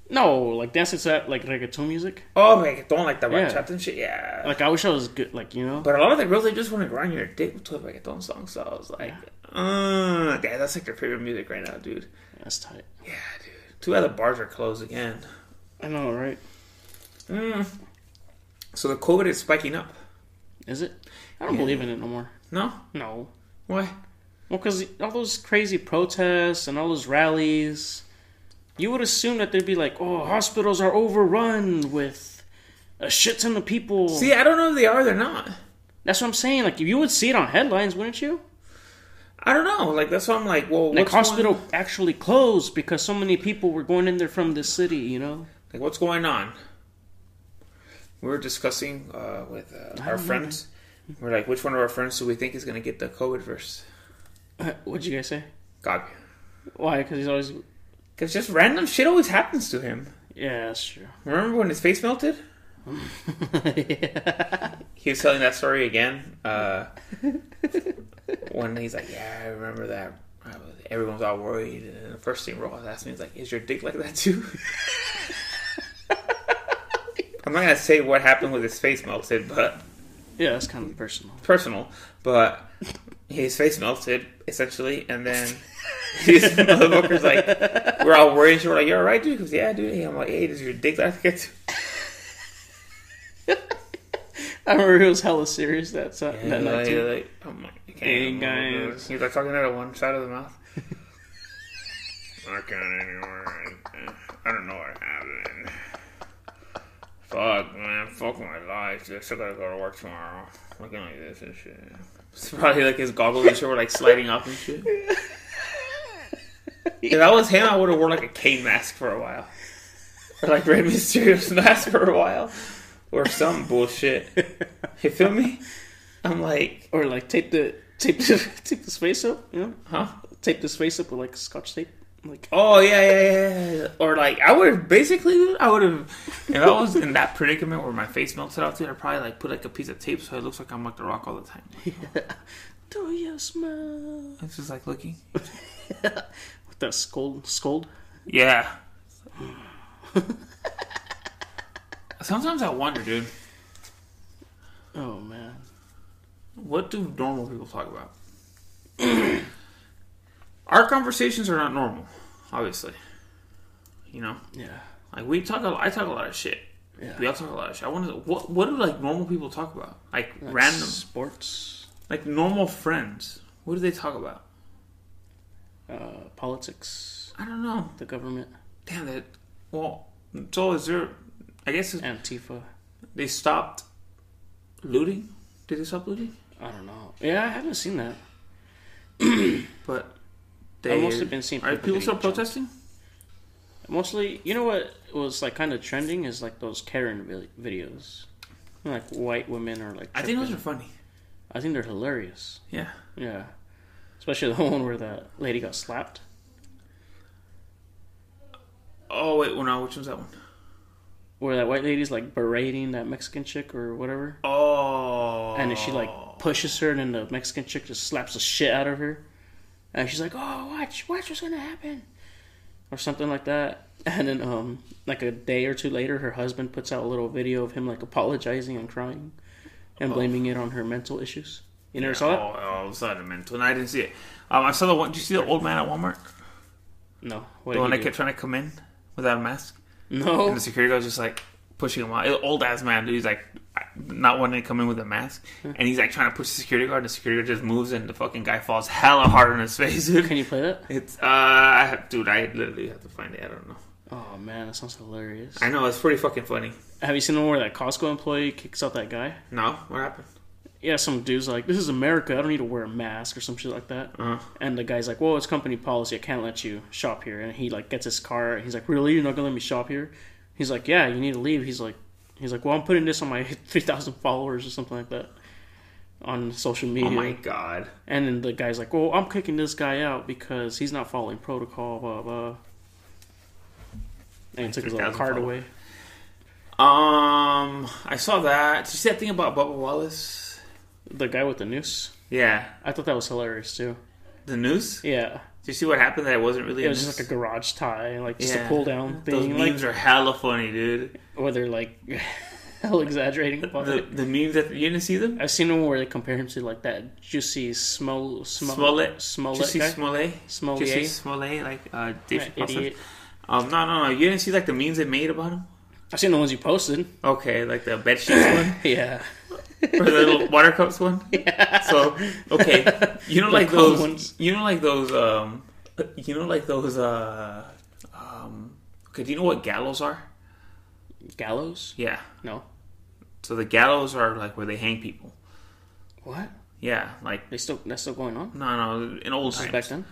Speaker 4: No, like dancing to that like reggaeton music.
Speaker 5: Oh, like don't like the
Speaker 4: Yeah.
Speaker 5: bachata and shit. Yeah.
Speaker 4: Like I wish I was good. Like you know.
Speaker 5: But a lot of the girls, they just want to grind your dick to a reggaeton song. So I was like, uh, yeah, that's like their favorite music right now, dude.
Speaker 4: That's tight.
Speaker 5: Yeah, dude. Two other bars are closed again.
Speaker 4: I know, right?
Speaker 5: So the COVID is spiking up.
Speaker 4: Is it? I don't believe in it no more.
Speaker 5: No?
Speaker 4: No.
Speaker 5: Why?
Speaker 4: Well, because all those crazy protests and all those rallies, you would assume that they'd be like, oh, hospitals are overrun with a shit ton of people.
Speaker 5: See, I don't know if they are or they're not.
Speaker 4: That's what I'm saying. Like, you would see it on headlines, wouldn't you?
Speaker 5: I don't know. Like, that's why I'm like, well,
Speaker 4: Like,
Speaker 5: what's
Speaker 4: hospital
Speaker 5: Going,
Speaker 4: actually closed because so many people were going in there from this city, you know?
Speaker 5: like, what's going on? We were discussing uh, with uh, our friends. We're like, which one of our friends do we think is going to get the COVID first?
Speaker 4: Uh, What'd you guys say?
Speaker 5: Gog.
Speaker 4: Why? Because he's always.
Speaker 5: Because just random shit always happens to him.
Speaker 4: Yeah, that's true.
Speaker 5: Remember when his face melted? he was telling that story again. Uh, when he's like, "Yeah, I remember that." I was, everyone was all worried, and then the first thing Ross asked me is like, "Is your dick like that too?" I'm not gonna say what happened with his face melted, but
Speaker 4: Yeah, that's kind of personal.
Speaker 5: personal. But his face melted essentially, and then these motherfuckers like, we're all worried. So we're like, "You're all right, dude." Because yeah, dude. And I'm like, "Hey, does your dick like that too?"
Speaker 4: I remember he was hella serious that, si- that
Speaker 5: And
Speaker 4: night,
Speaker 5: like,
Speaker 4: too.
Speaker 5: like, oh my, I can't
Speaker 4: Hey,
Speaker 5: even remember.
Speaker 4: guys.
Speaker 5: He's like talking out of one side of the mouth. I can't anymore. I don't know what happened. Fuck, man. Fuck my life. I still gotta go to work tomorrow. Looking like this and shit. It's probably like his goggles and shit were like sliding off and shit. If that was him, I would have worn like a cane mask for a while. Or like Red Mysterio's mask for a while. Or some bullshit. You feel me? I'm like,
Speaker 4: Or, like, tape the. Tape, the, tape his face up, you know?
Speaker 5: huh?
Speaker 4: tape his face up with like scotch tape. Like
Speaker 5: Oh yeah, yeah, yeah, yeah. Or like, I would have basically, I would have, if I was in that predicament where my face melted out, dude, I'd probably like put like a piece of tape so it looks like I'm like the Rock all the time.
Speaker 4: do you smell
Speaker 5: It's just like looking.
Speaker 4: with that scold scold?
Speaker 5: Yeah. Sometimes I wonder, dude,
Speaker 4: Oh man.
Speaker 5: what do normal people talk about? Our conversations are not normal, obviously. You know,
Speaker 4: Yeah.
Speaker 5: like we talk. A, I talk a lot of shit.
Speaker 4: Yeah.
Speaker 5: We all talk a lot of shit. I wonder what what do like normal people talk about? Like random
Speaker 4: sports,
Speaker 5: like normal friends. What do they talk about?
Speaker 4: uh, politics,
Speaker 5: I don't know.
Speaker 4: the government,
Speaker 5: Damn that. Well, so is there? I guess it's-
Speaker 4: Antifa.
Speaker 5: they stopped looting. Did they stop looting?
Speaker 4: I don't know. Yeah, I haven't seen that.
Speaker 5: But they
Speaker 4: must have been seeing
Speaker 5: Are
Speaker 4: people
Speaker 5: people still
Speaker 4: getting jumped.
Speaker 5: protesting?
Speaker 4: Mostly, you know what was like kind of trending is like those Karen vi- videos. Like white women are like.
Speaker 5: I think those are
Speaker 4: tripping.
Speaker 5: funny.
Speaker 4: I think they're hilarious.
Speaker 5: Yeah.
Speaker 4: Yeah. Especially the one where the lady got slapped.
Speaker 5: Oh wait, well no, which one's that one?
Speaker 4: Where that white lady's like berating that Mexican chick or whatever.
Speaker 5: Oh.
Speaker 4: and then she like pushes her, and then the Mexican chick just slaps the shit out of her, and she's like, "Oh, watch, watch what's gonna happen," or something like that. And then, um, like a day or two later, her husband puts out a little video of him like apologizing and crying, and blaming it on her mental issues. You never saw that?
Speaker 5: Oh, oh, it's not a mental. No, I didn't see it. Um, I saw the one. Did you see the old man at Walmart?
Speaker 4: No. What
Speaker 5: The
Speaker 4: did
Speaker 5: one
Speaker 4: he do?
Speaker 5: that
Speaker 4: Mm.
Speaker 5: kept trying to come in without a mask.
Speaker 4: No.
Speaker 5: And the security guard's just like pushing him out. Old ass man, dude. He's like, not wanting to come in with a mask,
Speaker 4: Mm.
Speaker 5: and he's like trying to push the security guard, and the security guard just moves, and the fucking guy falls hella hard on his face, dude.
Speaker 4: Can you play that?
Speaker 5: It's uh, I have, dude, I literally have to find it. I don't know.
Speaker 4: Oh man, that sounds hilarious.
Speaker 5: I know it's pretty fucking funny.
Speaker 4: Have you seen the one where that Costco employee kicks out that guy?
Speaker 5: No, what happened?
Speaker 4: Yeah, some dude's like, "This is America. I don't need to wear a mask or some shit like that."
Speaker 5: Uh-huh.
Speaker 4: And the guy's like, "Well, it's company policy. I can't let you shop here." And he like gets his car. And he's like, "Really? You're not gonna let me shop here?" He's like, "Yeah, you need to leave." He's like, "He's like, well, I'm putting this on my 3,000 followers or something like that on social media."
Speaker 5: Oh my god.
Speaker 4: And then the guy's like, "Well, I'm kicking this guy out because he's not following protocol." Blah blah. And he took his little
Speaker 5: 3,000
Speaker 4: card
Speaker 5: followers.
Speaker 4: away.
Speaker 5: Um, I saw that. Did you see that thing about Bubba Wallace?
Speaker 4: The guy with the noose.
Speaker 5: Yeah,
Speaker 4: I thought that was hilarious too.
Speaker 5: the news.
Speaker 4: Yeah.
Speaker 5: Did you see what happened? That it wasn't really.
Speaker 4: It
Speaker 5: a
Speaker 4: was
Speaker 5: noose?
Speaker 4: just like a garage tie, like just
Speaker 5: Yeah.
Speaker 4: a pull down thing.
Speaker 5: Those
Speaker 4: like,
Speaker 5: memes are hella funny, dude.
Speaker 4: Or they're like hell exaggerating about
Speaker 5: The,
Speaker 4: it.
Speaker 5: the memes that you didn't see them.
Speaker 4: I've seen one where they compare him to like that juicy Smol Smol
Speaker 5: Smollett,
Speaker 4: Uh, Smollett
Speaker 5: Jussie
Speaker 4: guy.
Speaker 5: Smollett,
Speaker 4: Smollett.
Speaker 5: Jussie Smollett, like uh, Dave
Speaker 4: That
Speaker 5: Chappelle.
Speaker 4: idiot.
Speaker 5: Um, no, no, no. You didn't see like the memes they made about him.
Speaker 4: I've seen the ones you posted.
Speaker 5: Okay, like the bed sheets one
Speaker 4: Yeah,
Speaker 5: or the little water cups one. So okay, you know like
Speaker 4: cold
Speaker 5: those.
Speaker 4: ones.
Speaker 5: You know like those. Um, you know like those. Uh, um, okay, do you know what gallows are?
Speaker 4: gallows.
Speaker 5: Yeah.
Speaker 4: No,
Speaker 5: So the gallows are like where they hang people.
Speaker 4: what?
Speaker 5: Yeah, like
Speaker 4: They still that's still going on
Speaker 5: no, no, in old
Speaker 4: back
Speaker 5: times.
Speaker 4: then.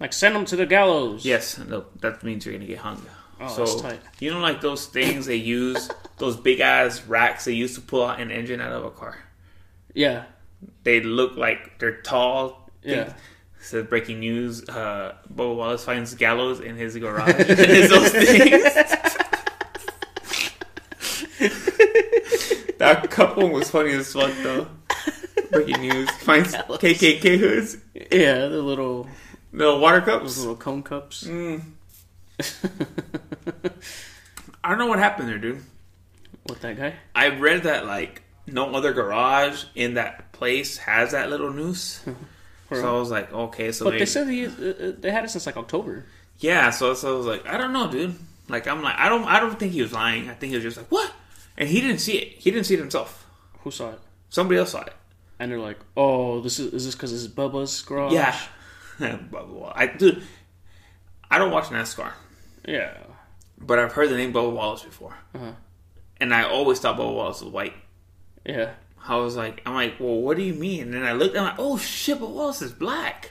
Speaker 4: Like send them to the gallows.
Speaker 5: Yes, no, that means you're gonna get hung.
Speaker 4: Oh,
Speaker 5: so
Speaker 4: that's tight.
Speaker 5: you know, like those things they use, those big ass racks they use to pull out an engine out of a car.
Speaker 4: Yeah.
Speaker 5: They look like they're tall.
Speaker 4: Yeah.
Speaker 5: So breaking news: uh, Bubba Wallace finds gallows in his garage. It's those things. that couple was funny as fuck though. Breaking news: finds KKK hoods,
Speaker 4: Yeah, the little
Speaker 5: the water cups.
Speaker 4: little cone cups.
Speaker 5: Mm. I don't know what happened there, dude.
Speaker 4: With that guy.
Speaker 5: I read that like no other garage in that place has that little noose. so I was like, okay, so
Speaker 4: But
Speaker 5: they,
Speaker 4: they said he, uh, uh, they had it since like October.
Speaker 5: yeah. So, so I was like, I don't know, dude. Like I'm like I don't I don't think he was lying. I think he was just like what, and he didn't see it. He didn't see it himself.
Speaker 4: Who saw it?
Speaker 5: Somebody else saw it.
Speaker 4: And they're like, "Oh, this is is this because it's Bubba's garage?"
Speaker 5: Yeah, Bubba Wallace. I dude, I don't watch NASCAR,
Speaker 4: yeah.
Speaker 5: but I've heard the name Bubba Wallace before, and I always thought Bubba Wallace was white.
Speaker 4: Yeah.
Speaker 5: I was like, I'm like, well, what do you mean? And then I looked, I'm like, oh shit, but Wallace is black.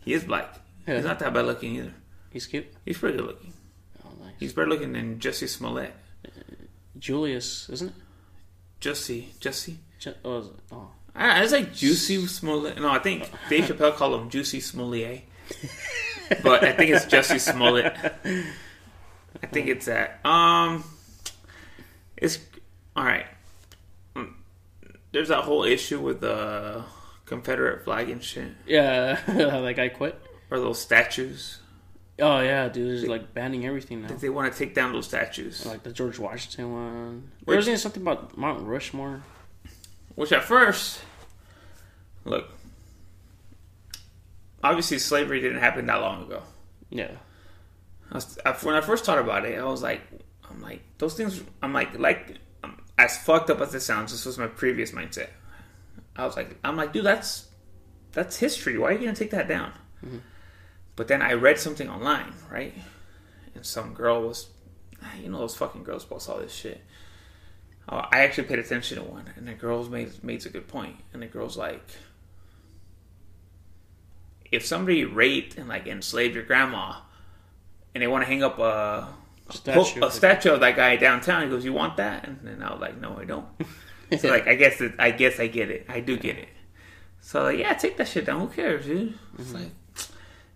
Speaker 5: he is black. He's not that bad looking either.
Speaker 4: He's cute.
Speaker 5: He's pretty good looking.
Speaker 4: Oh, nice.
Speaker 5: He's better looking than Jesse Smollett.
Speaker 4: Julius, isn't it?
Speaker 5: Jesse, Jesse.
Speaker 4: Ju- oh, is it? oh.
Speaker 5: I, it's like Juicy Smollett. No, I think Dave Chappelle called him Juicy Smollett. but I think it's Jesse Smollett. I think it's that. Um, it's all right. Mm, There's that whole issue with the Confederate flag and shit,
Speaker 4: Yeah, how that guy quit.
Speaker 5: or those statues.
Speaker 4: Oh yeah, dude, they're like banning everything now.
Speaker 5: They want to take down those statues.
Speaker 4: Like the George Washington one. There was even something about Mount Rushmore.
Speaker 5: Which at first, look, obviously slavery didn't happen that long ago.
Speaker 4: Yeah,
Speaker 5: I was, I- when I first thought about it, I was like, I'm like those things. I'm like like um, as fucked up as it sounds. This was my previous mindset. I was like, I'm like, dude, that's that's history. Why are you gonna take that down? But then I read something online, right? And some girl was, ah, you know, those fucking girls post all this shit. Uh, I actually paid attention to one, and the girls made made a good point. And the girls like, if somebody raped and like enslaved your grandma, and they want to hang up a
Speaker 4: statue.
Speaker 5: a statue of that guy downtown, he goes, "You want that?" And then I was like, "No, I don't." so like, I guess it, I guess I get it. I do get it. So like, yeah, take that shit down. Who cares, dude? It's like,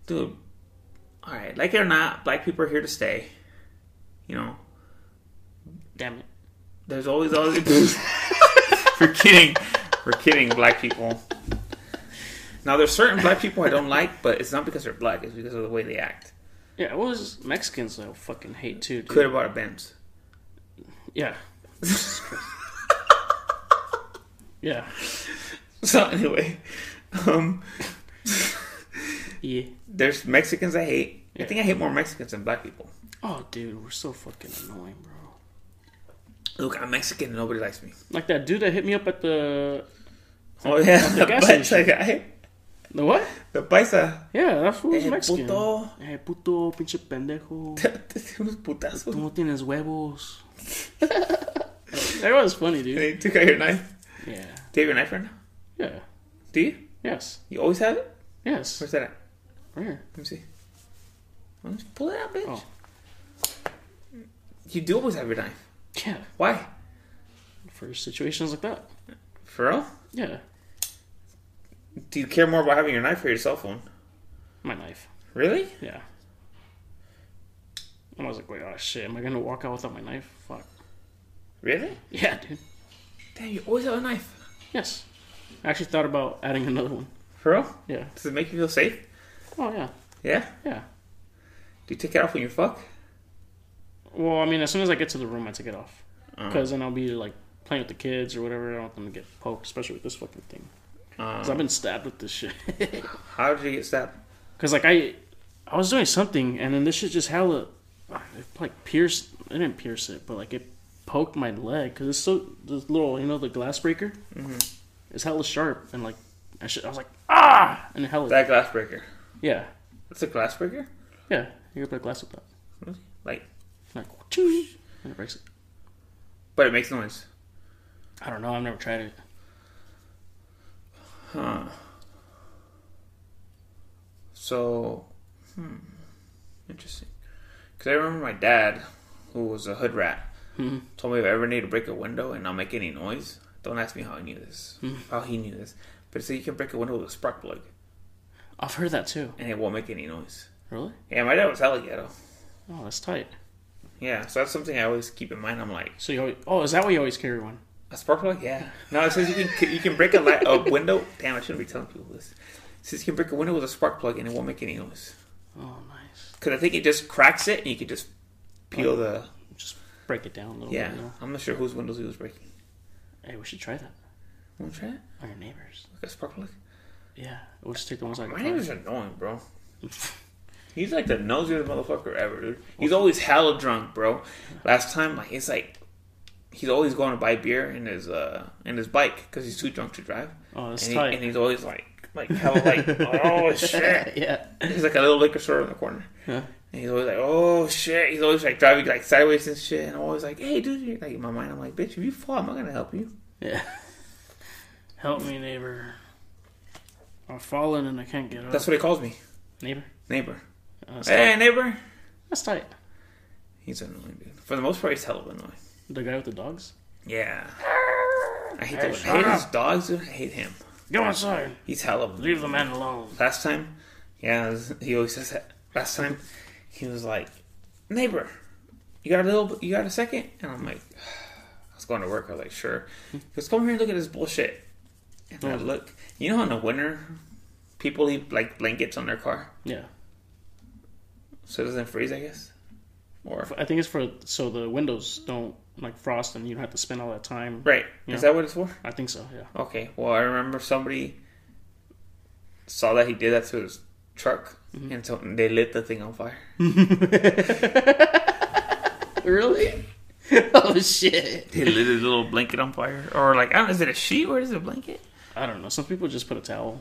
Speaker 5: dude. All right, like it or not, black people are here to stay. You know,
Speaker 4: Damn it.
Speaker 5: there's always other We're kidding. We're kidding, black people. Now there's certain black people I don't like, but it's not because they're black. It's because of the way they act.
Speaker 4: Yeah, what was Mexicans though? Fucking hate too. Dude.
Speaker 5: Could have bought a Benz.
Speaker 4: Yeah. yeah.
Speaker 5: So anyway, um,
Speaker 4: Yeah.
Speaker 5: there's Mexicans I hate. I
Speaker 4: Yeah.
Speaker 5: think I hate more Mexicans than black people.
Speaker 4: Oh, dude, we're so fucking annoying, bro.
Speaker 5: Look, I'm Mexican and nobody likes me.
Speaker 4: Like that dude that hit me up at the
Speaker 5: Oh yeah, the
Speaker 4: gas
Speaker 5: paisa
Speaker 4: station.
Speaker 5: guy.
Speaker 4: the what?
Speaker 5: The paisa.
Speaker 4: Yeah, that fool was
Speaker 5: Eh,
Speaker 4: Mexican.
Speaker 5: puto.
Speaker 4: Eh, puto, pinche pendejo.
Speaker 5: Unos putazos.
Speaker 4: Tú no tienes huevos. that was funny, dude.
Speaker 5: They took out your knife.
Speaker 4: Yeah.
Speaker 5: Do you have your knife right now?
Speaker 4: Yeah.
Speaker 5: Do you?
Speaker 4: Yes.
Speaker 5: You always have it?
Speaker 4: Yes.
Speaker 5: Where's that at?
Speaker 4: Right here.
Speaker 5: Let me see. Let me pull it out, bitch.
Speaker 4: Oh.
Speaker 5: You do always have your knife.
Speaker 4: Yeah.
Speaker 5: Why?
Speaker 4: For situations like that.
Speaker 5: For real?
Speaker 4: Yeah.
Speaker 5: Do you care more about having your knife or your cell phone?
Speaker 4: My knife.
Speaker 5: Really?
Speaker 4: Yeah. And I was like, wait, oh shit, am I gonna walk out without my knife? Fuck.
Speaker 5: Really?
Speaker 4: Yeah, dude.
Speaker 5: Damn, you always have a knife.
Speaker 4: Yes. I actually thought about adding another one.
Speaker 5: For real?
Speaker 4: Yeah.
Speaker 5: Does it make you feel safe?
Speaker 4: Oh yeah.
Speaker 5: Yeah?
Speaker 4: Yeah.
Speaker 5: Do you take it off when you fuck?
Speaker 4: Well, I mean, as soon as I get to the room, I take it off. Because then I'll be like playing with the kids or whatever. I don't want them to get poked, especially with this fucking thing. Because I've been stabbed with this shit.
Speaker 5: How did you get stabbed?
Speaker 4: Because like I, I was doing something, and then this shit just hella, it like pierced. It didn't pierce it, but like it poked my leg. Because it's so this little, you know, the glass breaker. It's hella sharp, and like I should, I was like ah, and it hella
Speaker 5: That glass breaker.
Speaker 4: yeah,
Speaker 5: That's a glass breaker?
Speaker 4: yeah. You can put a glass with that.
Speaker 5: Like,
Speaker 4: Like choo, and it breaks it.
Speaker 5: but it makes noise.
Speaker 4: I don't know. I've never tried it.
Speaker 5: So, hmm, interesting. Because I remember my dad, who was a hood rat, told me if I ever need to break a window and not make any noise, don't ask me how I knew this, how he knew this. But he said you can break a window with a spark plug
Speaker 4: I've heard that too.
Speaker 5: and it won't make any noise.
Speaker 4: Really?
Speaker 5: Yeah, my dad was hella ghetto.
Speaker 4: Oh, that's tight.
Speaker 5: Yeah, so that's something I always keep in mind. I'm like,
Speaker 4: So you always, oh, is that why you always carry one?
Speaker 5: a spark plug? Yeah. No, it says you can you can break a, light, a window. Damn, I shouldn't be telling people this. It says you can break a window with a spark plug and it won't make any noise.
Speaker 4: Oh, nice.
Speaker 5: Because I think it just cracks it and you can just
Speaker 4: Oh,
Speaker 5: peel the.
Speaker 4: Just break it down a little
Speaker 5: Yeah,
Speaker 4: bit. You know?
Speaker 5: I'm not sure whose windows he was breaking.
Speaker 4: Hey, we should try that.
Speaker 5: Want to try it?
Speaker 4: On your neighbors.
Speaker 5: Like a spark plug?
Speaker 4: Yeah, we'll just take the ones I
Speaker 5: My
Speaker 4: can
Speaker 5: neighbor's
Speaker 4: find.
Speaker 5: annoying, bro. He's like the nosiest motherfucker ever, dude. He's always hella drunk, bro. Last time, like it's like he's always going to buy beer in his uh in his bike because he's too drunk to drive.
Speaker 4: Oh, that's
Speaker 5: and
Speaker 4: tight.
Speaker 5: He, and he's always like like hella like oh shit.
Speaker 4: yeah.
Speaker 5: He's like a little liquor store in the corner.
Speaker 4: Yeah.
Speaker 5: And he's always like, oh shit. He's always like driving like sideways and shit. And I'm always like, hey, dude. You're, like in my mind, I'm like, bitch, if you fall, I'm not gonna help you.
Speaker 4: Yeah. Help me, neighbor. I've fallen and I can't get up.
Speaker 5: That's what he calls me,
Speaker 4: neighbor.
Speaker 5: neighbor.
Speaker 4: Oh, that's,
Speaker 5: Hey,
Speaker 4: tight.
Speaker 5: neighbor.
Speaker 4: that's tight.
Speaker 5: He's annoying, dude. For the most part, he's hella annoying.
Speaker 4: The guy with the dogs.
Speaker 5: Yeah. I hate, those. I hate his dogs, dude. I hate him.
Speaker 4: Go inside.
Speaker 5: He's hella.
Speaker 4: Leave the man alone.
Speaker 5: Last time, yeah, it was- he always says that. Last time, he was like, "Neighbor, you got a little, you got a second? And I'm like, I was going to work. I was like, "Sure." He goes, "Come here and look at this bullshit." And I look. You know, in the winter, people leave like blankets on their car
Speaker 4: Yeah.
Speaker 5: so it doesn't freeze. I guess. Or
Speaker 4: I think it's for so the windows don't like frost and you don't have to spend all that time.
Speaker 5: right?
Speaker 4: Yeah.
Speaker 5: Is that what it's for?
Speaker 4: I think so. Yeah.
Speaker 5: Okay, well, I remember somebody saw that he did that to his truck, and so they lit the thing on fire.
Speaker 4: Really? oh shit.
Speaker 5: They lit his little blanket on fire, or like I don't know, is it a sheet or is it a blanket?
Speaker 4: I don't know. Some people just put a towel.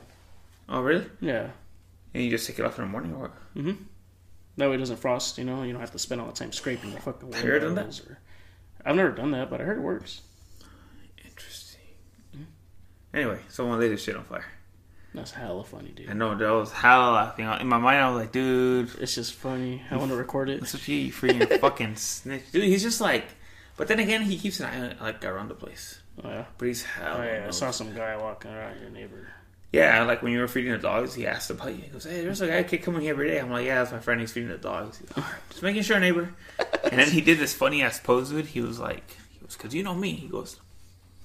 Speaker 5: Oh, really?
Speaker 4: Yeah.
Speaker 5: And you just take it off in the morning, or what?
Speaker 4: That way it doesn't frost, you know. You don't have to spend all the time scraping the fucking windows.
Speaker 5: you ever done that?
Speaker 4: Or... I've never done that, but I heard it works.
Speaker 5: Interesting. Hmm. Anyway, someone lit his shit on fire.
Speaker 4: That's hella funny,
Speaker 5: I
Speaker 4: dude.
Speaker 5: know that was hella laughing in my mind. I was like, dude,
Speaker 4: It's just funny. I want to record it.
Speaker 5: this is you, you freaking fucking snitch, dude. He's just like, but then again, he keeps an eye on, like around the place.
Speaker 4: Oh, yeah.
Speaker 5: But he's hella.
Speaker 4: Oh, yeah. I
Speaker 5: nosy.
Speaker 4: saw some guy walking around your neighbor.
Speaker 5: Yeah, like when you were feeding the dogs, he asked about you. He goes, "Hey, there's a guy kid coming here every day." I'm like, "Yeah, that's my friend. He's feeding the dogs." He's like, "All right, just making sure, neighbor. and then he did this funny ass pose with. He was like, "He goes, cause you know me." He goes,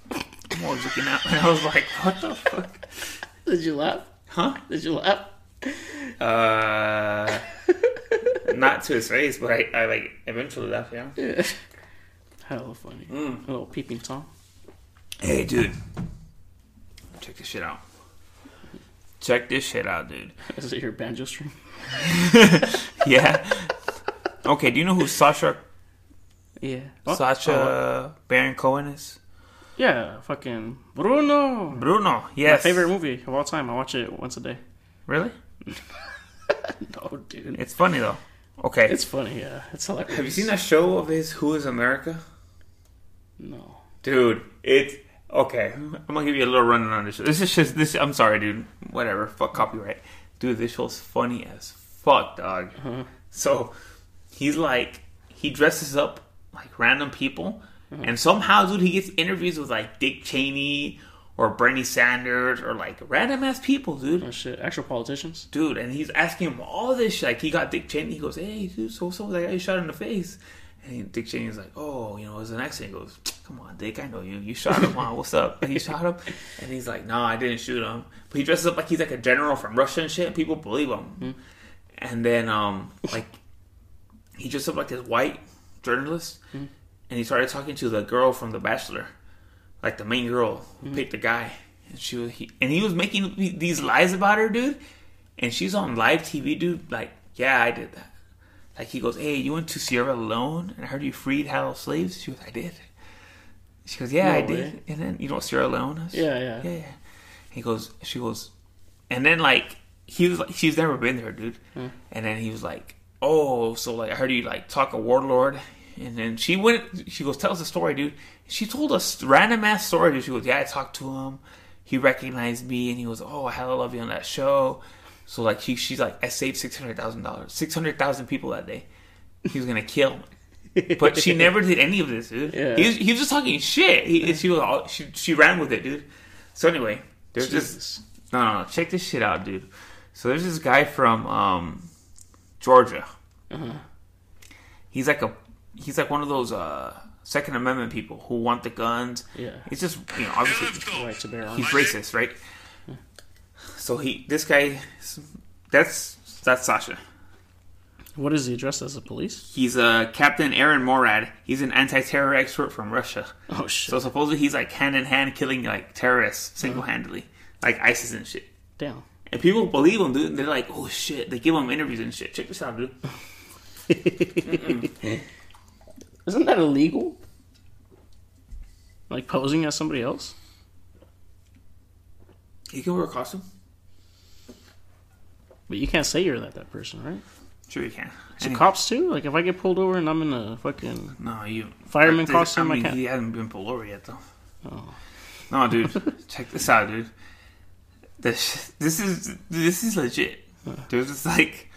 Speaker 5: "I'm always looking out." And I was like, "What the fuck,
Speaker 4: Did you laugh?
Speaker 5: huh?"
Speaker 4: Did you laugh?
Speaker 5: Uh, not to his face, but I, I like eventually left. Yeah.
Speaker 4: Yeah. Hella funny.
Speaker 5: Mm.
Speaker 4: A little peeping tom.
Speaker 5: Hey, dude, check this shit out. Check this shit out, dude.
Speaker 4: Is it your banjo string?
Speaker 5: Yeah. okay, do you know who Sasha
Speaker 4: Yeah.
Speaker 5: Sacha Baron Cohen is
Speaker 4: Oh, Yeah, fucking Bruno.
Speaker 5: Bruno. Yes,
Speaker 4: My favorite movie of all time. I watch it once a day.
Speaker 5: Really,
Speaker 4: No, dude.
Speaker 5: it's funny though. Okay,
Speaker 4: It's funny, yeah. It's hilarious.
Speaker 5: have you seen that show of his Who Is America?
Speaker 4: No.
Speaker 5: Dude, it's okay. I'm gonna give you a little rundown on this. Show. This is just this. I'm sorry, dude. Whatever. Fuck copyright. Dude, this show's funny as fuck, dog. So he's like, he dresses up like random people, and somehow, dude, he gets interviews with like Dick Cheney or Bernie Sanders or like random ass people, dude
Speaker 4: Oh, shit. Actual politicians?
Speaker 5: dude, and he's asking him all this shit. Like he got Dick Cheney. He goes, "Hey, dude, so so that guy you shot in the face." And Dick Cheney's like, "Oh, you know, it was an accident." He goes, "Come on, Dick, I know you. You shot him. Huh? What's up?" And he shot him, and he's like, "No, I didn't shoot him." But he dresses up like he's like a general from Russia and shit. And people believe him. And then, um, like, he dressed up like this white journalist,
Speaker 4: Hmm.
Speaker 5: and he started talking to the girl from The Bachelor, like the main girl
Speaker 4: Hmm.
Speaker 5: who picked the guy. And she was, he, and he was making these lies about her, dude and she's on live TV, dude. Like, yeah, I did that. Like, he goes, "Hey, you went to Sierra Leone, and I heard you freed how slaves." She goes, "I did." She goes, "Yeah,
Speaker 4: No
Speaker 5: I
Speaker 4: way.
Speaker 5: did." And then you know what Sierra Leone is?
Speaker 4: Yeah, yeah.
Speaker 5: yeah, yeah. He goes, she goes, and then like he was like, she's never been there, dude.
Speaker 4: Hmm.
Speaker 5: And then he was like, "Oh, so like I heard you like talk a warlord." And then she went. She goes, "Tell us the story, dude." She told us random ass story. Dude. She goes, "Yeah, I talked to him. He recognized me, and he goes, oh, I hella love you on that show.'" So like she, she's like, "I saved six hundred thousand dollars, six hundred thousand people that day. He was gonna kill." me." But she never did any of this, dude.
Speaker 4: Yeah.
Speaker 5: He, was, he was just talking shit. He, She was all, she she ran with it, dude. So anyway, there's
Speaker 4: Jesus.
Speaker 5: this no, no no check this shit out, dude. So there's this guy from um, Georgia.
Speaker 4: Uh-huh.
Speaker 5: He's like a he's like one of those uh, Second Amendment people who want the guns.
Speaker 4: Yeah.
Speaker 5: it's just you know obviously
Speaker 4: Right to bear
Speaker 5: he's
Speaker 4: arms.
Speaker 5: racist, right? So he this guy that's that's Sasha.
Speaker 4: What is he addressed as? A police?
Speaker 5: He's uh, Captain Aaron Morad. He's an anti-terror expert from Russia.
Speaker 4: Oh, shit.
Speaker 5: So supposedly he's like hand in hand killing like terrorists single-handedly, like ISIS and shit.
Speaker 4: Damn.
Speaker 5: And people believe him, dude. They're like, oh shit. They give him interviews and shit. Check this out, dude.
Speaker 4: Isn't that illegal? Like posing as somebody else?
Speaker 5: You can wear a costume.
Speaker 4: But you can't say you're that, that person, right?
Speaker 5: Sure, you can.
Speaker 4: So
Speaker 5: Any-
Speaker 4: cops too? Like if I get pulled over and I'm in a fucking
Speaker 5: No, you
Speaker 4: Fireman
Speaker 5: I-
Speaker 4: costume, I
Speaker 5: I mean,
Speaker 4: can't.
Speaker 5: he hasn't been pulled over yet, though. No, dude, check this out, dude. This this is this is legit. There's this like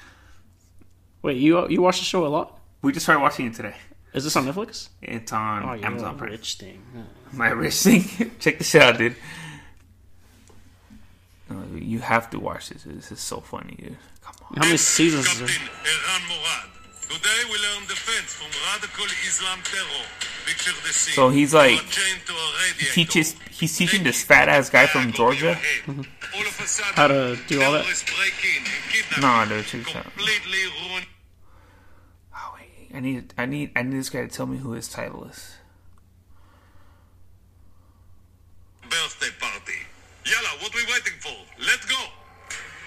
Speaker 4: wait, you you watch the show a lot?
Speaker 5: we just started watching it today.
Speaker 4: Is this on Netflix?
Speaker 5: It's on
Speaker 4: Oh, you're
Speaker 5: Amazon
Speaker 4: a
Speaker 5: Prime.
Speaker 4: rich thing. Yeah.
Speaker 5: My rich thing. check this out, dude. No, you have to watch this. This is so funny, dude. Come on.
Speaker 4: How many seasons is there?
Speaker 6: Captain Iran Murad. Today we learn defense from radical Islam terror. Picture the scene.
Speaker 5: So he's like-
Speaker 6: One chain to a radiator.
Speaker 5: Teaches he's teaching this fat ass guy from
Speaker 6: Bag over
Speaker 5: Georgia. Mm-hmm.
Speaker 6: your head. All of a sudden,
Speaker 4: How to do all that?
Speaker 6: terrorists break in and kidnap
Speaker 5: No,
Speaker 6: you.
Speaker 5: dude, check this out.
Speaker 6: Completely ruin
Speaker 5: Oh, wait, I need I need I need this guy to tell me who his title is.
Speaker 6: birthday party. Yalla, what we waiting for? Let's go.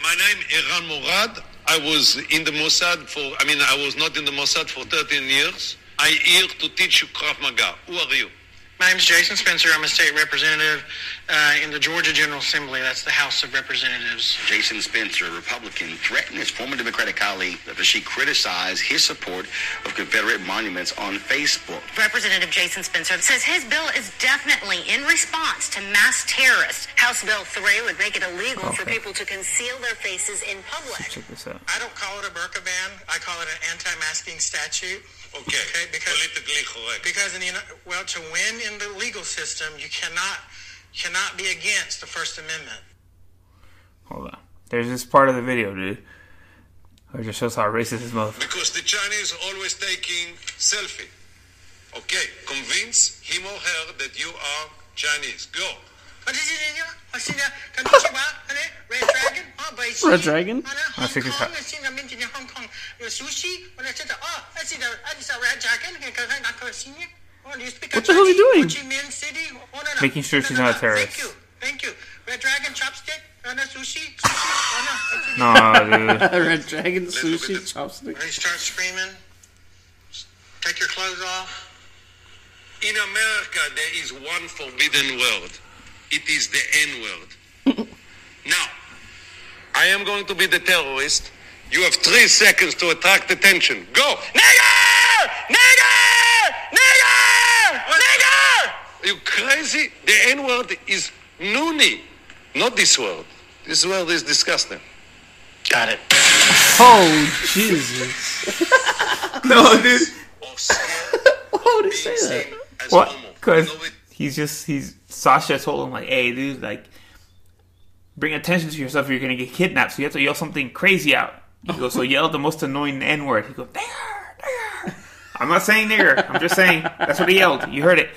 Speaker 6: My name Iran Murad. I was in the Mossad for, I mean, I was not in the Mossad for 13 years. I here to teach you Krav Maga. Who are you?
Speaker 7: My name is Jason Spencer. I'm a state representative uh, in the Georgia General Assembly. That's the House of Representatives.
Speaker 8: Jason Spencer, a Republican, threatened his former Democratic colleague after she criticized his support of Confederate monuments on Facebook.
Speaker 9: Representative Jason Spencer says his bill is definitely in response to mass terrorists. House Bill 3 would make it illegal for
Speaker 5: Okay.
Speaker 9: people to conceal their faces in public.
Speaker 5: Check this out.
Speaker 7: I don't call it a burqa ban. I call it an anti-masking statute.
Speaker 6: Okay.
Speaker 7: Okay, because-
Speaker 6: Politically correct.
Speaker 7: Because in the Uni- well, to win in the legal system, you cannot cannot be against the First Amendment.
Speaker 5: Hold on. There's this part of the video, dude. It just shows how racist this motherfucker.
Speaker 6: Because the Chinese always taking selfie. Okay, convince him or her that you are Chinese. Go.
Speaker 4: Red Dragon?
Speaker 5: I think it's hot.
Speaker 7: "Oh, What
Speaker 4: the hell is he doing?
Speaker 5: Making sure she's not a terrorist.
Speaker 7: Thank you. Thank you. Red dragon chopstick. uh, No, no, sushi. sushi. No, no.
Speaker 5: No, dude.
Speaker 4: Red Dragon sushi chopstick.
Speaker 7: When he starts screaming, take your clothes off.
Speaker 6: In America, there is one forbidden word. It is the N word. now, I am going to be the terrorist. You have three seconds to attract attention. Go! Nigger! Nigger! Nigger! Nigger! Are you crazy? The N word is noonie, not this word. This word is disgusting. Got it.
Speaker 4: Oh Jesus!
Speaker 5: No, dude.
Speaker 4: Why would he say that?
Speaker 5: What? Because he's just he's Sasha told him like, "Hey, dude, like, bring attention to yourself. or You're gonna get kidnapped, so you have to yell something crazy out." He goes, "So yell the most annoying N word." He goes, "Nigger, nigger." I'm not saying nigger. I'm just saying that's what he yelled. You heard it.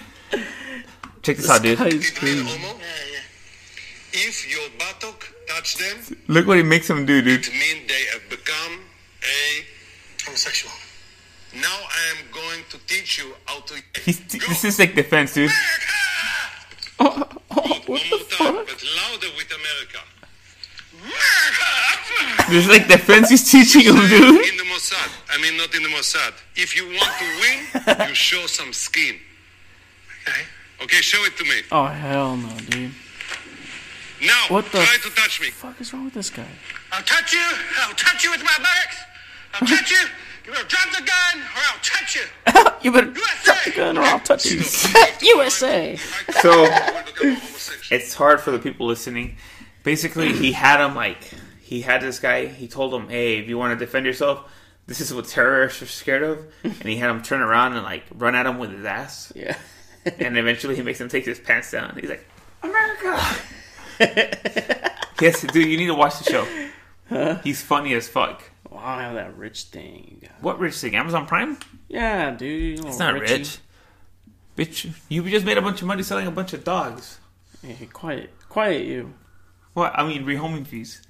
Speaker 5: Check this, out, dude.
Speaker 4: That is
Speaker 6: It means
Speaker 4: crazy.
Speaker 6: homo. If your buttock touch them,
Speaker 5: Look what he makes him do, dude.
Speaker 6: it means they have become a homosexual. Now I am going to teach you how to.
Speaker 5: He's, this is Oh, like defense, dude.
Speaker 6: One more time, but louder with America. America!
Speaker 5: This is like defense he's teaching him, dude.
Speaker 6: In the Mossad. I mean, not in the Mossad. If you want to win, you show some skin. Okay. Okay, show it to me.
Speaker 4: Oh hell no, dude!
Speaker 6: Now,
Speaker 4: What the
Speaker 6: try to touch me.
Speaker 4: fuck is wrong with this guy?
Speaker 6: I'll touch you. I'll touch you with my buttocks. I'll touch you. You better drop the gun, or I'll touch you.
Speaker 4: You better
Speaker 6: USA.
Speaker 4: drop the gun or I'll touch you. USA.
Speaker 5: So
Speaker 6: Homosexual.
Speaker 5: it's hard for the people listening. Basically, he had him like he had this guy. He told him, "Hey, if you want to defend yourself, this is what terrorists are scared of." And he had him turn around and like run at him with his ass.
Speaker 4: Yeah.
Speaker 5: And eventually, he makes him take his pants down. He's like, "America." yes, dude, you need to watch the show. He's funny as fuck.
Speaker 4: Well, I don't have that rich thing. you got.
Speaker 5: What rich thing? Amazon Prime?
Speaker 4: Yeah, dude.
Speaker 5: It's not rich. Bitch, you just made a bunch of money selling a bunch of dogs.
Speaker 4: Hey, quiet, quiet, you.
Speaker 5: What? I mean, rehoming fees.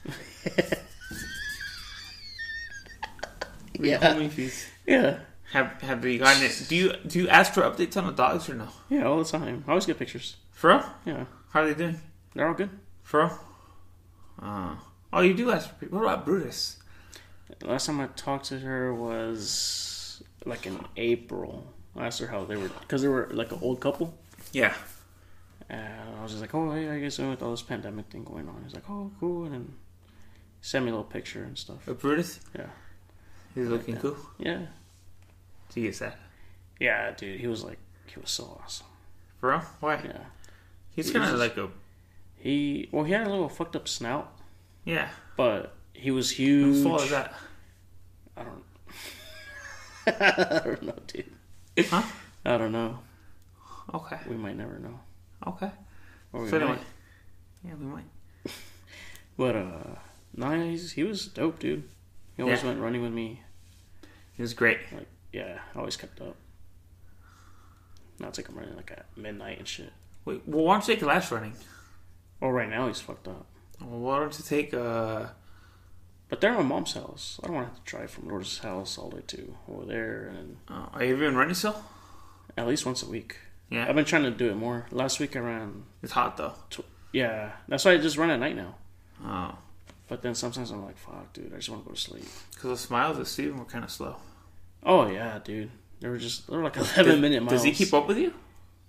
Speaker 4: Yeah,
Speaker 5: Rehoming fees.
Speaker 4: yeah,
Speaker 5: Have Have they gotten it? Do you Do you ask for updates on the dogs or no?
Speaker 4: yeah. All the time. I always get pictures.
Speaker 5: For real?
Speaker 4: Yeah,
Speaker 5: How are they doing?
Speaker 4: they're all good.
Speaker 5: For real? Uh, oh, you do ask for people. What about Brutus?
Speaker 4: Last time I talked to her was like in April. I asked her how they were because they were like an old couple.
Speaker 5: Yeah.
Speaker 4: And I was just like, "Oh, hey, I guess doing with all this pandemic thing going on." He's like, "Oh, cool," and then sent me a little picture and stuff.
Speaker 5: Uh, Brutus?
Speaker 4: Yeah.
Speaker 5: He's looking cool.
Speaker 4: Yeah,
Speaker 5: Do you get sad?
Speaker 4: yeah, dude. He was like, he was so awesome.
Speaker 5: For real? Why?
Speaker 4: Yeah,
Speaker 5: He's kind of
Speaker 4: Jesus.
Speaker 5: like a.
Speaker 4: he well, he had a little fucked up snout,
Speaker 5: Yeah.
Speaker 4: but he was
Speaker 5: Who's
Speaker 4: huge.
Speaker 5: fault is that?
Speaker 4: I don't. I don't know, dude.
Speaker 5: Huh?
Speaker 4: I don't know.
Speaker 5: Okay.
Speaker 4: We might never know.
Speaker 5: Okay.
Speaker 4: Or we
Speaker 5: So anyway.
Speaker 4: might.
Speaker 5: Yeah, we might.
Speaker 4: But uh, no, he's, he was dope, dude. He always
Speaker 5: Yeah.
Speaker 4: went running with me.
Speaker 5: He was great.
Speaker 4: Like, yeah, I always kept up. Now it's like I'm running like at midnight and shit.
Speaker 5: Wait, well, why don't you take your last running?
Speaker 4: Oh, right now he's fucked up.
Speaker 5: Well, why don't you take uh
Speaker 4: But they're at my mom's house. I don't want to have to drive from Lourdes' house all the way to over there, and
Speaker 5: Uh, are you even running still?
Speaker 4: at least once a week.
Speaker 5: Yeah.
Speaker 4: I've been trying to do it more. Last week I ran.
Speaker 5: it's hot though.
Speaker 4: Tw- yeah, that's why I just run at night now.
Speaker 5: Oh.
Speaker 4: But then sometimes I'm like, fuck, dude, I just want to go to sleep.
Speaker 5: Because the smiles at Steven were kind of slow.
Speaker 4: Oh yeah, dude. They were just they were like eleven minute miles.
Speaker 5: Does he keep up with you?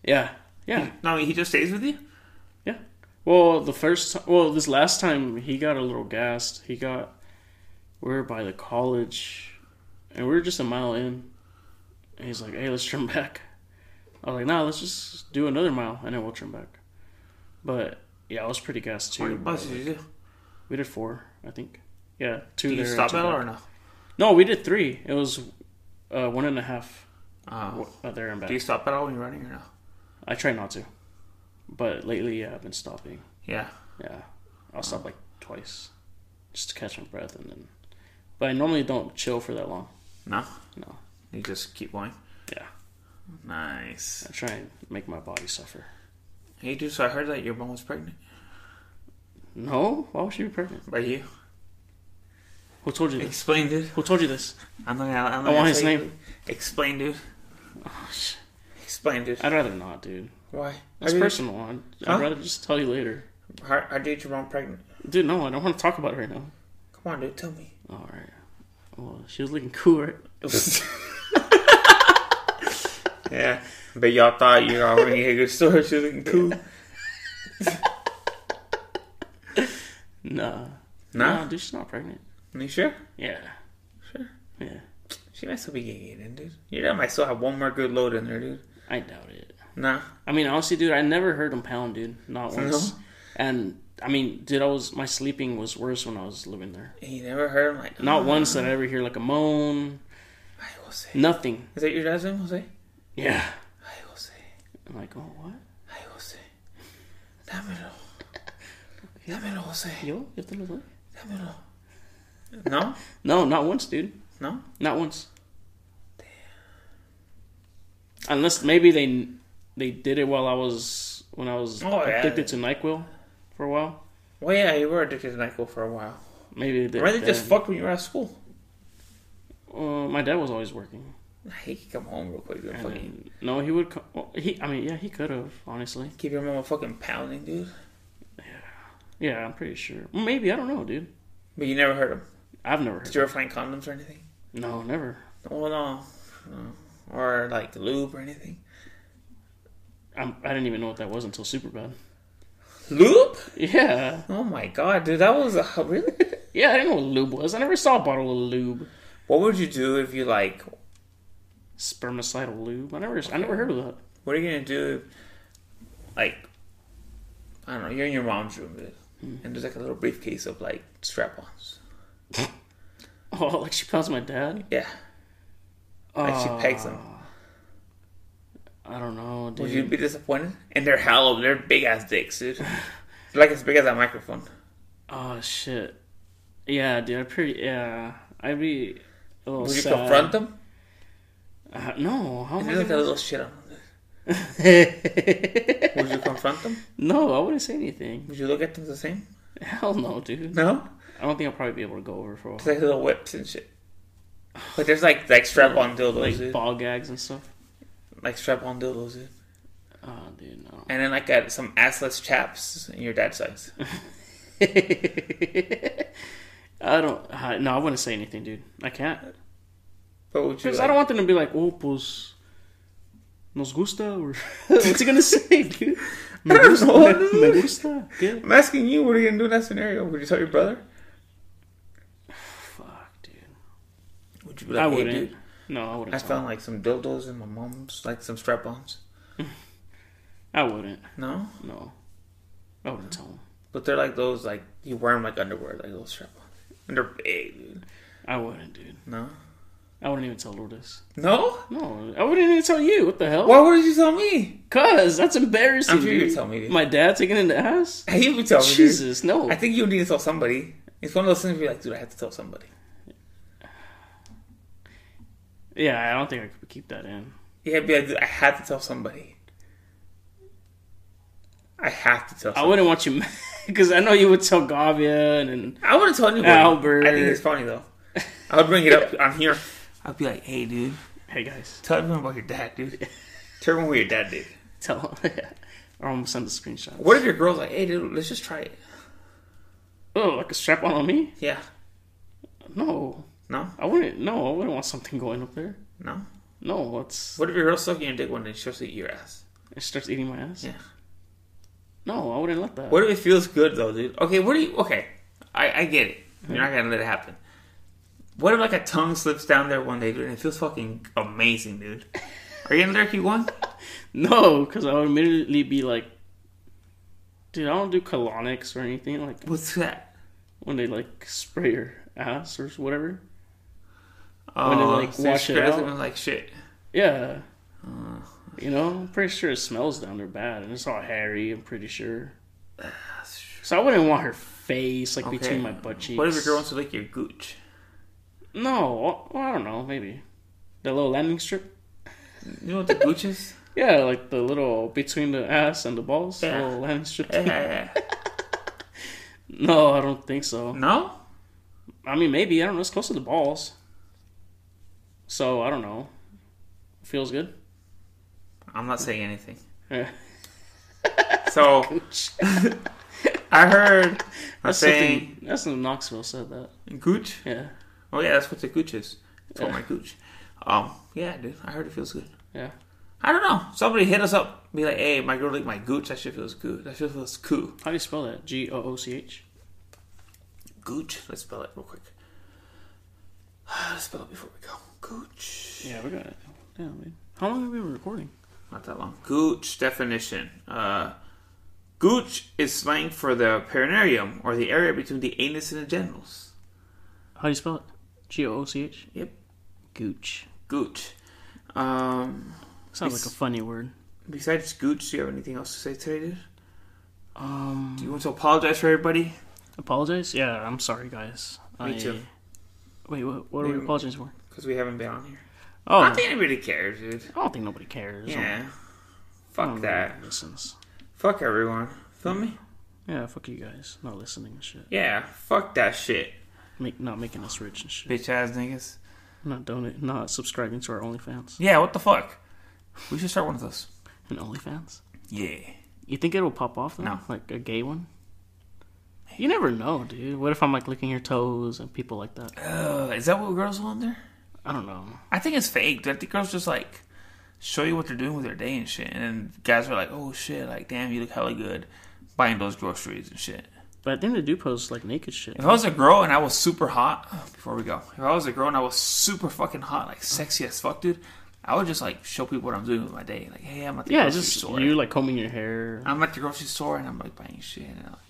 Speaker 4: Yeah, yeah,
Speaker 5: No, he just stays with you?
Speaker 4: yeah. Well, the first time, well, this last time he got a little gassed. He got we were by the college, and we were just a mile in. And he's like, "Hey, let's trim back." I was like, "Nah, let's just do another mile, and then we'll trim back." But yeah, I was pretty gassed
Speaker 5: How many
Speaker 4: too.
Speaker 5: miles did you do?
Speaker 4: We did four, I think. Yeah, two.
Speaker 5: Do you
Speaker 4: there,
Speaker 5: stop
Speaker 4: two
Speaker 5: at all
Speaker 4: back.
Speaker 5: or no?
Speaker 4: No, we did three. It was uh, one and a half
Speaker 5: Oh.
Speaker 4: uh, there and back.
Speaker 5: Do you stop at all when you're running or no?
Speaker 4: I try not to, but lately, yeah, I've been stopping.
Speaker 5: Yeah.
Speaker 4: Yeah, I'll stop like twice, just to catch my breath, and then. But I normally don't chill for that long.
Speaker 5: No?
Speaker 4: No,
Speaker 5: You just keep going?
Speaker 4: yeah,
Speaker 5: Nice.
Speaker 4: I try and make my body suffer.
Speaker 5: Hey, dude, so I heard that your mom was pregnant.
Speaker 4: No, why would she be pregnant?
Speaker 5: By you?
Speaker 4: Who told you this?
Speaker 5: Explain, dude.
Speaker 4: Who told you this?
Speaker 5: I'm not gonna. I'm not
Speaker 4: I want
Speaker 5: gonna
Speaker 4: his
Speaker 5: say-
Speaker 4: name.
Speaker 5: Explain, dude. Explain, dude.
Speaker 4: Oh, I'd rather not, dude.
Speaker 5: Why?
Speaker 4: That's
Speaker 5: How did-
Speaker 4: personal. I'd,
Speaker 5: Huh?
Speaker 4: I'd rather just tell you later,
Speaker 5: How, how did your mom pregnant?
Speaker 4: dude. No, I don't want to talk about it right now.
Speaker 5: Come on, dude, tell me.
Speaker 4: All right. Well, she was looking cool, right?
Speaker 5: Yeah. But y'all thought you were already had good story. She was looking cool.
Speaker 4: Nah.
Speaker 5: Nah.
Speaker 4: Nah, dude, she's not pregnant.
Speaker 5: You sure?
Speaker 4: Yeah.
Speaker 5: Sure.
Speaker 4: Yeah.
Speaker 5: She might still be getting it in, dude. Your dad might still have one more good load in there, dude.
Speaker 4: I doubt it.
Speaker 5: Nah.
Speaker 4: I mean, honestly, dude, I never heard him pound, dude. Not once. And I mean, dude, I was my sleeping was worse when I was living there.
Speaker 5: You never heard him like,
Speaker 4: Not once did I ever hear like a moan.
Speaker 5: I will say.
Speaker 4: Nothing.
Speaker 5: Is that your dad's name, Jose?
Speaker 4: Yeah.
Speaker 5: I will say.
Speaker 4: I'm like, oh what?
Speaker 5: I will say. Dámelo. Dámelo, Jose.
Speaker 4: Yo, you have to look.
Speaker 5: Dámelo. No?
Speaker 4: No, not once, dude.
Speaker 5: No?
Speaker 4: Not once. Unless maybe they they did it while I was when I was
Speaker 5: Oh, yeah.
Speaker 4: addicted to Nyquil for a while.
Speaker 5: Well, yeah, you were addicted to NyQuil for a while.
Speaker 4: Maybe they did.
Speaker 5: Or they
Speaker 4: it
Speaker 5: just
Speaker 4: then.
Speaker 5: fucked when you were at school.
Speaker 4: Uh, my dad was always working.
Speaker 5: He could come home real quick. dude.
Speaker 4: And
Speaker 5: Fucking
Speaker 4: no, he would. Co- well, he, I mean, yeah, he could have honestly.
Speaker 5: keep your mama fucking pounding, dude.
Speaker 4: Yeah, I'm pretty sure. Maybe I don't know, dude.
Speaker 5: But you never heard him.
Speaker 4: I've never heard.
Speaker 5: Did you ever find condoms or anything?
Speaker 4: No, never.
Speaker 5: Well, no. no. Or like lube or anything.
Speaker 4: I'm, I didn't even know what that was until Superbad.
Speaker 5: Lube?
Speaker 4: Yeah,
Speaker 5: Oh my god, dude, that was a, really.
Speaker 4: yeah, I didn't know what lube was. I never saw a bottle of lube,
Speaker 5: what would you do if you like?
Speaker 4: spermicidal lube. I never, I never heard of that.
Speaker 5: What are you gonna do? If, like, I don't know. You're in your mom's room, dude, and there's like a little briefcase of like strap-ons.
Speaker 4: Oh, like she calls my dad. Oh,
Speaker 5: Yeah, like she pegs them.
Speaker 4: I don't know, dude.
Speaker 5: Would you be disappointed? And they're hollow. They're big ass dicks, dude. They're, like as big as that microphone.
Speaker 4: Oh shit. Yeah, dude. I pretty. Yeah, I'd be. A little
Speaker 5: Would you
Speaker 4: sad.
Speaker 5: confront them?
Speaker 4: Uh, no, how am I
Speaker 5: There's like a
Speaker 4: gonna-
Speaker 5: little shit on them. Would you confront them?
Speaker 4: no, I wouldn't say anything.
Speaker 5: Would you look at them the same?
Speaker 4: Hell no, dude.
Speaker 5: No.
Speaker 4: I don't think I'll probably be able to go over for a
Speaker 5: It's like little whips and shit. But there's like like strap-on dildos,
Speaker 4: like
Speaker 5: dude.
Speaker 4: ball gags and stuff.
Speaker 5: Like strap-on dildos, dude.
Speaker 4: Oh, dude, no.
Speaker 5: And then like uh, some assless chaps in your dad's size.
Speaker 4: I don't. I, no, I wouldn't say anything, dude. I can't
Speaker 5: But would you?
Speaker 4: because
Speaker 5: Uh, Like,
Speaker 4: I don't want them to be like, "Oh, pues, nos gusta," or what's he gonna say, dude? Me
Speaker 5: don't
Speaker 4: gusta,
Speaker 5: know, dude.
Speaker 4: me gusta. ¿Qué?
Speaker 5: I'm asking you, what are you gonna do in that scenario? Would you tell your brother?
Speaker 4: Fuck, dude.
Speaker 5: Would you be
Speaker 4: I
Speaker 5: "Hey,
Speaker 4: wouldn't.
Speaker 5: dude,
Speaker 4: no, I wouldn't.
Speaker 5: I
Speaker 4: tell
Speaker 5: found
Speaker 4: him.
Speaker 5: like some dildos in my mom's, like some strap-ons.
Speaker 4: I wouldn't.
Speaker 5: No,
Speaker 4: No, I wouldn't tell him.
Speaker 5: but they're like those like you wear them like underwear, like those strap-ons, and they're big, dude.
Speaker 4: I wouldn't, dude.
Speaker 5: No,
Speaker 4: I wouldn't even tell Lourdes.
Speaker 5: no.
Speaker 4: No, I wouldn't even tell you. What the hell?
Speaker 5: Why would you tell me?
Speaker 4: Cause that's embarrassing.
Speaker 5: I'm sure you'd
Speaker 4: dude.
Speaker 5: tell me, dude.
Speaker 4: My dad taking it in the ass.
Speaker 5: You would tell me. dude.
Speaker 4: Jesus, no.
Speaker 5: I think you need to tell somebody. It's one of those things where you're like, dude, I have to tell somebody.
Speaker 4: yeah, I don't think I could keep that in.
Speaker 5: Yeah, be like, dude, I had to tell somebody. I have to tell.
Speaker 4: I
Speaker 5: Somebody.
Speaker 4: wouldn't want you because I know you would tell Gavia and, and
Speaker 5: I wouldn't tell anybody.
Speaker 4: Albert.
Speaker 5: I think it's funny though. I would bring it up on here. I'd be like, hey, dude,
Speaker 4: hey guys,
Speaker 5: tell everyone about your dad, dude. Tell everyone what your dad did.
Speaker 4: tell. or I'm gonna send a screenshot.
Speaker 5: What if your girl's like, hey, dude, let's just try it?
Speaker 4: Oh, like a strap on on me?
Speaker 5: Yeah.
Speaker 4: No,
Speaker 5: No.
Speaker 4: I wouldn't. No, I wouldn't want something going up there.
Speaker 5: No.
Speaker 4: No, it's
Speaker 5: What if your girl's sucking your dick one day and she'll eat your ass?
Speaker 4: it starts eating my ass.
Speaker 5: Yeah.
Speaker 4: No, I wouldn't let that.
Speaker 5: What if it feels good though, dude? Okay, what do you? Okay, I, I get it. You're not gonna let it happen. What if like a tongue slips down there one day, dude, and it feels fucking amazing, dude? Are you gonna let her keep going?
Speaker 4: No, because I would immediately be like, dude, I don't do colonics or anything like
Speaker 5: What's that?
Speaker 4: when they like spray your ass or whatever.
Speaker 5: Oh,
Speaker 4: they, like,
Speaker 5: your
Speaker 4: wash it
Speaker 5: spreads
Speaker 4: out?
Speaker 5: and like shit.
Speaker 4: Yeah. You know, I'm pretty sure it smells down there bad, and it's all hairy. I'm pretty sure. So I wouldn't want her face like between my butt cheeks.
Speaker 5: What if your girl wants to lick your gooch?
Speaker 4: No, well, I don't know. Maybe the little landing strip.
Speaker 5: You know what the gooch is?
Speaker 4: Yeah, like the little between the ass and the balls.
Speaker 5: Yeah.
Speaker 4: Little landing strip.
Speaker 5: Yeah, yeah, yeah.
Speaker 4: No, I don't think so.
Speaker 5: No.
Speaker 4: I mean, maybe I don't know. It's close to the balls, so I don't know. Feels good.
Speaker 5: I'm not saying anything.
Speaker 4: Yeah.
Speaker 5: So I heard I'm
Speaker 4: That's
Speaker 5: saying
Speaker 4: something. That's what Knoxville said that.
Speaker 5: gooch.
Speaker 4: Yeah.
Speaker 5: Oh yeah, that's what the gooch is. It's called
Speaker 4: Yeah.
Speaker 5: my gooch. Um, yeah, dude, I heard it feels good.
Speaker 4: Yeah.
Speaker 5: I don't know. Somebody hit us up. Be like, hey, my girl licked my gooch. That shit feels good. That shit feels cool.
Speaker 4: How do you spell that? G O O C H.
Speaker 5: Gooch. Let's spell it real quick. Let's spell it before we go. Gooch.
Speaker 4: Yeah, we got it. Yeah, man. How long have we been recording?
Speaker 5: Not that long. Gooch definition. Uh, gooch is slang for the perineum or the area between the anus and the genitals.
Speaker 4: How do you spell it? G O O C H.
Speaker 5: Yep.
Speaker 4: Gooch.
Speaker 5: Gooch. Um,
Speaker 4: Sounds
Speaker 5: It's-
Speaker 4: like a funny word.
Speaker 5: besides gooch, do you have anything else to say today, dude? Um, do you want to apologize for everybody?
Speaker 4: Apologize? Yeah, I'm sorry, guys.
Speaker 5: Me
Speaker 4: I-
Speaker 5: too.
Speaker 4: Wait, what, what are we
Speaker 5: Maybe-
Speaker 4: apologizing for?
Speaker 5: Because we haven't been on here.
Speaker 4: Oh,
Speaker 5: I don't think anybody cares, dude.
Speaker 4: nobody cares.
Speaker 5: Yeah.
Speaker 4: I
Speaker 5: Fuck
Speaker 4: don't
Speaker 5: that.
Speaker 4: think nobody Listens.
Speaker 5: Fuck everyone. Feel me?
Speaker 4: Yeah, fuck you guys. Not listening and shit.
Speaker 5: Yeah. Fuck that shit.
Speaker 4: Make, not making us rich and shit.
Speaker 5: Bitch ass niggas.
Speaker 4: Not donate. Not subscribing to our OnlyFans
Speaker 5: Yeah, what the fuck? We should start one of those.
Speaker 4: and OnlyFans.
Speaker 5: Yeah.
Speaker 4: You think it'll pop off though?
Speaker 5: No.
Speaker 4: Like a gay one? You never know, dude. What if I'm like licking your toes and people like that?
Speaker 5: Uh, is that what girls want there?
Speaker 4: I don't know.
Speaker 5: I think it's fake. dude. I think girls just like show you what they're doing with their day and shit. And then guys are like, oh shit, like damn, you look hella good buying those groceries and shit.
Speaker 4: But I think they do post like naked shit.
Speaker 5: If I was a girl and I was super hot, before we go, if I was a girl and I was super fucking hot, like sexy as fuck, dude, I would just like show people what I'm doing with my day. Like, hey, I'm at the
Speaker 4: Yeah, it's
Speaker 5: grocery
Speaker 4: just
Speaker 5: store.
Speaker 4: you like combing your hair.
Speaker 5: I'm at the grocery store and I'm like buying shit. And I'm like,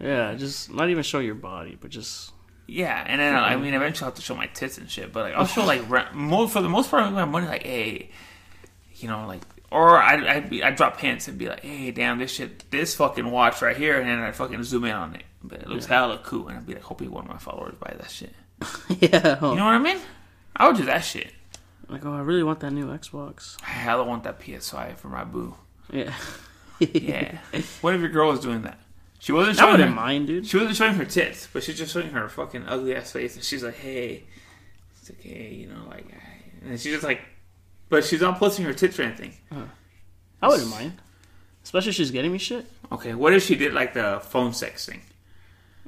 Speaker 4: Yeah, just not even show your body, but just
Speaker 5: yeah, and then I mean, eventually I'll have to show my tits and shit, but like I'll show like ra- mo for the most part, I make my money like, hey, you know, like, or I I'd, be, I'd drop hints and be like, hey, damn, this shit, this fucking watch right here, and then I fucking zoom in on it, but it looks hella cool, and I'd be like, hoping one of my followers buy that shit.
Speaker 4: yeah.
Speaker 5: You know what I mean? I would do that shit.
Speaker 4: Like, oh, I really want that new Xbox.
Speaker 5: I hella want that PS5 for my boo.
Speaker 4: Yeah,
Speaker 5: Yeah. what if your girl was doing that? She wasn't
Speaker 4: I
Speaker 5: showing
Speaker 4: wouldn't
Speaker 5: her,
Speaker 4: mind, dude.
Speaker 5: She wasn't showing her tits, but she's just showing her fucking ugly ass face, and she's like, "Hey, it's okay, you know, like," I-" and she's just like, but she's not posting her tits or anything.
Speaker 4: I wouldn't mind, especially if she's getting me shit.
Speaker 5: Okay, what if she did like the phone sex thing?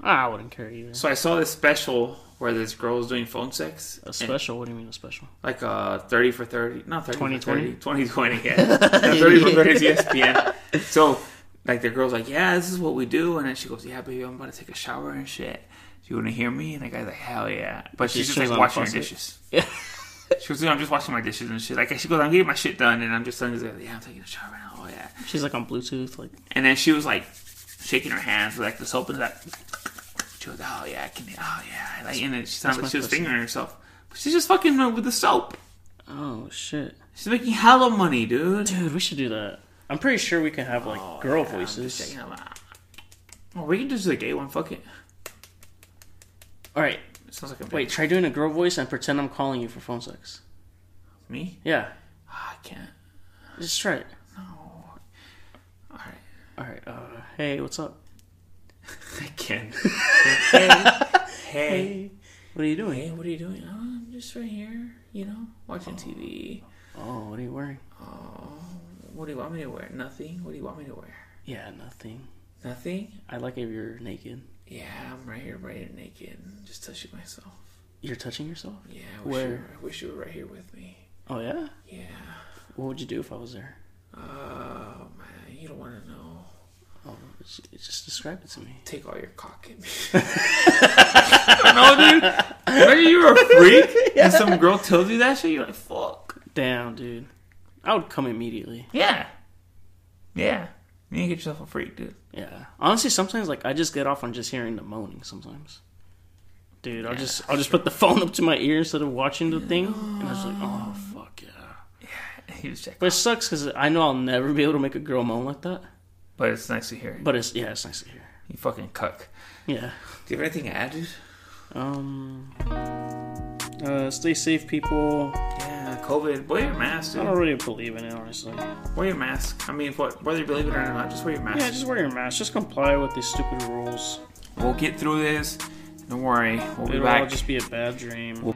Speaker 4: Ah, I wouldn't care either.
Speaker 5: So I saw this special where this girl was doing phone sex,
Speaker 4: A
Speaker 5: and-
Speaker 4: special? What do you mean a special?
Speaker 5: like uh, 30 for 30 not 30 for
Speaker 4: 2020?
Speaker 5: 30 2020 yeah No, 30 for 30 is E espn so like the girl's like yeah this is what we do and then she goes yeah baby i'm about to take a shower and shit you want to hear me and the guy's like hell yeah but she's
Speaker 4: She
Speaker 5: just
Speaker 4: shows
Speaker 5: like
Speaker 4: on
Speaker 5: washing her
Speaker 4: faucet.
Speaker 5: dishes
Speaker 4: Yeah.
Speaker 5: she goes yeah, i'm just washing my dishes and shit like she goes i'm getting my shit done and i'm just telling this guy yeah i'm taking a shower now oh yeah
Speaker 4: She's like on Bluetooth. Like,
Speaker 5: and then she was like shaking her hands with like the soap and like she was oh yeah I can oh yeah like and then she sounded like
Speaker 4: my
Speaker 5: she was
Speaker 4: pussy.
Speaker 5: fingering herself but she's just fucking with the soap
Speaker 4: oh shit,
Speaker 5: she's making hella money dude
Speaker 4: dude, we should do that. Oh, I'm pretty sure we can have like girl voices.
Speaker 5: Well, Oh, we can just do the gay one. Fuck it.
Speaker 4: All right,
Speaker 5: It sounds like a
Speaker 4: wait. Try doing a girl voice and pretend I'm calling you for phone sex.
Speaker 5: Me?
Speaker 4: Yeah,
Speaker 5: Ah, I can't. Oh.
Speaker 4: just try it.
Speaker 5: All right.
Speaker 4: All right. Uh, hey, what's up?
Speaker 5: I can.
Speaker 4: Hey, what are you doing?
Speaker 5: Hey, what are you doing? Oh, I'm just right here. You know, watching TV.
Speaker 4: Oh, what are you wearing?
Speaker 5: What do you want me to wear? Nothing. What do you want me to wear?
Speaker 4: Yeah, nothing.
Speaker 5: Nothing.
Speaker 4: I like if you're naked.
Speaker 5: Yeah, I'm right here, right here, naked, just touching myself.
Speaker 4: You're touching yourself.
Speaker 5: Yeah, I wish,
Speaker 4: Where?
Speaker 5: You were, I wish you were right here with me.
Speaker 4: Oh yeah.
Speaker 5: Yeah.
Speaker 4: What would you do if I was there?
Speaker 5: Oh man, you don't want to know.
Speaker 4: Oh, it's- it's just describe it to me.
Speaker 5: Take all your cock in me. no, dude. Remember you were a freak, and some girl tells you that shit. You're like, fuck.
Speaker 4: Damn, dude. I would come immediately.
Speaker 5: Yeah. Yeah. You need to get yourself a freak, dude.
Speaker 4: Yeah. Honestly, sometimes like I just get off on just hearing the moaning. Sometimes. Dude, I'll just I'll just put the phone up to my ear instead of watching the thing, and I was like, oh fuck yeah.
Speaker 5: You just check.
Speaker 4: But it sucks because I know I'll never be able to make a girl moan like that.
Speaker 5: But it's nice to hear.
Speaker 4: But it's yeah, it's nice to hear.
Speaker 5: You fucking cuck.
Speaker 4: Yeah.
Speaker 5: Do you have anything to add, dude?
Speaker 4: Um. Uh, stay safe, people.
Speaker 5: Yeah, COVID. Wear your
Speaker 4: I
Speaker 5: mask,
Speaker 4: don't
Speaker 5: dude.
Speaker 4: really believe in it, honestly.
Speaker 5: Wear your mask. I mean, what, whether you believe it or not, just wear your mask.
Speaker 4: Yeah, just wear your mask. Just comply with these stupid rules.
Speaker 5: We'll get through this. Don't worry. We'll be
Speaker 4: It'll all
Speaker 5: back.
Speaker 4: just be a bad dream.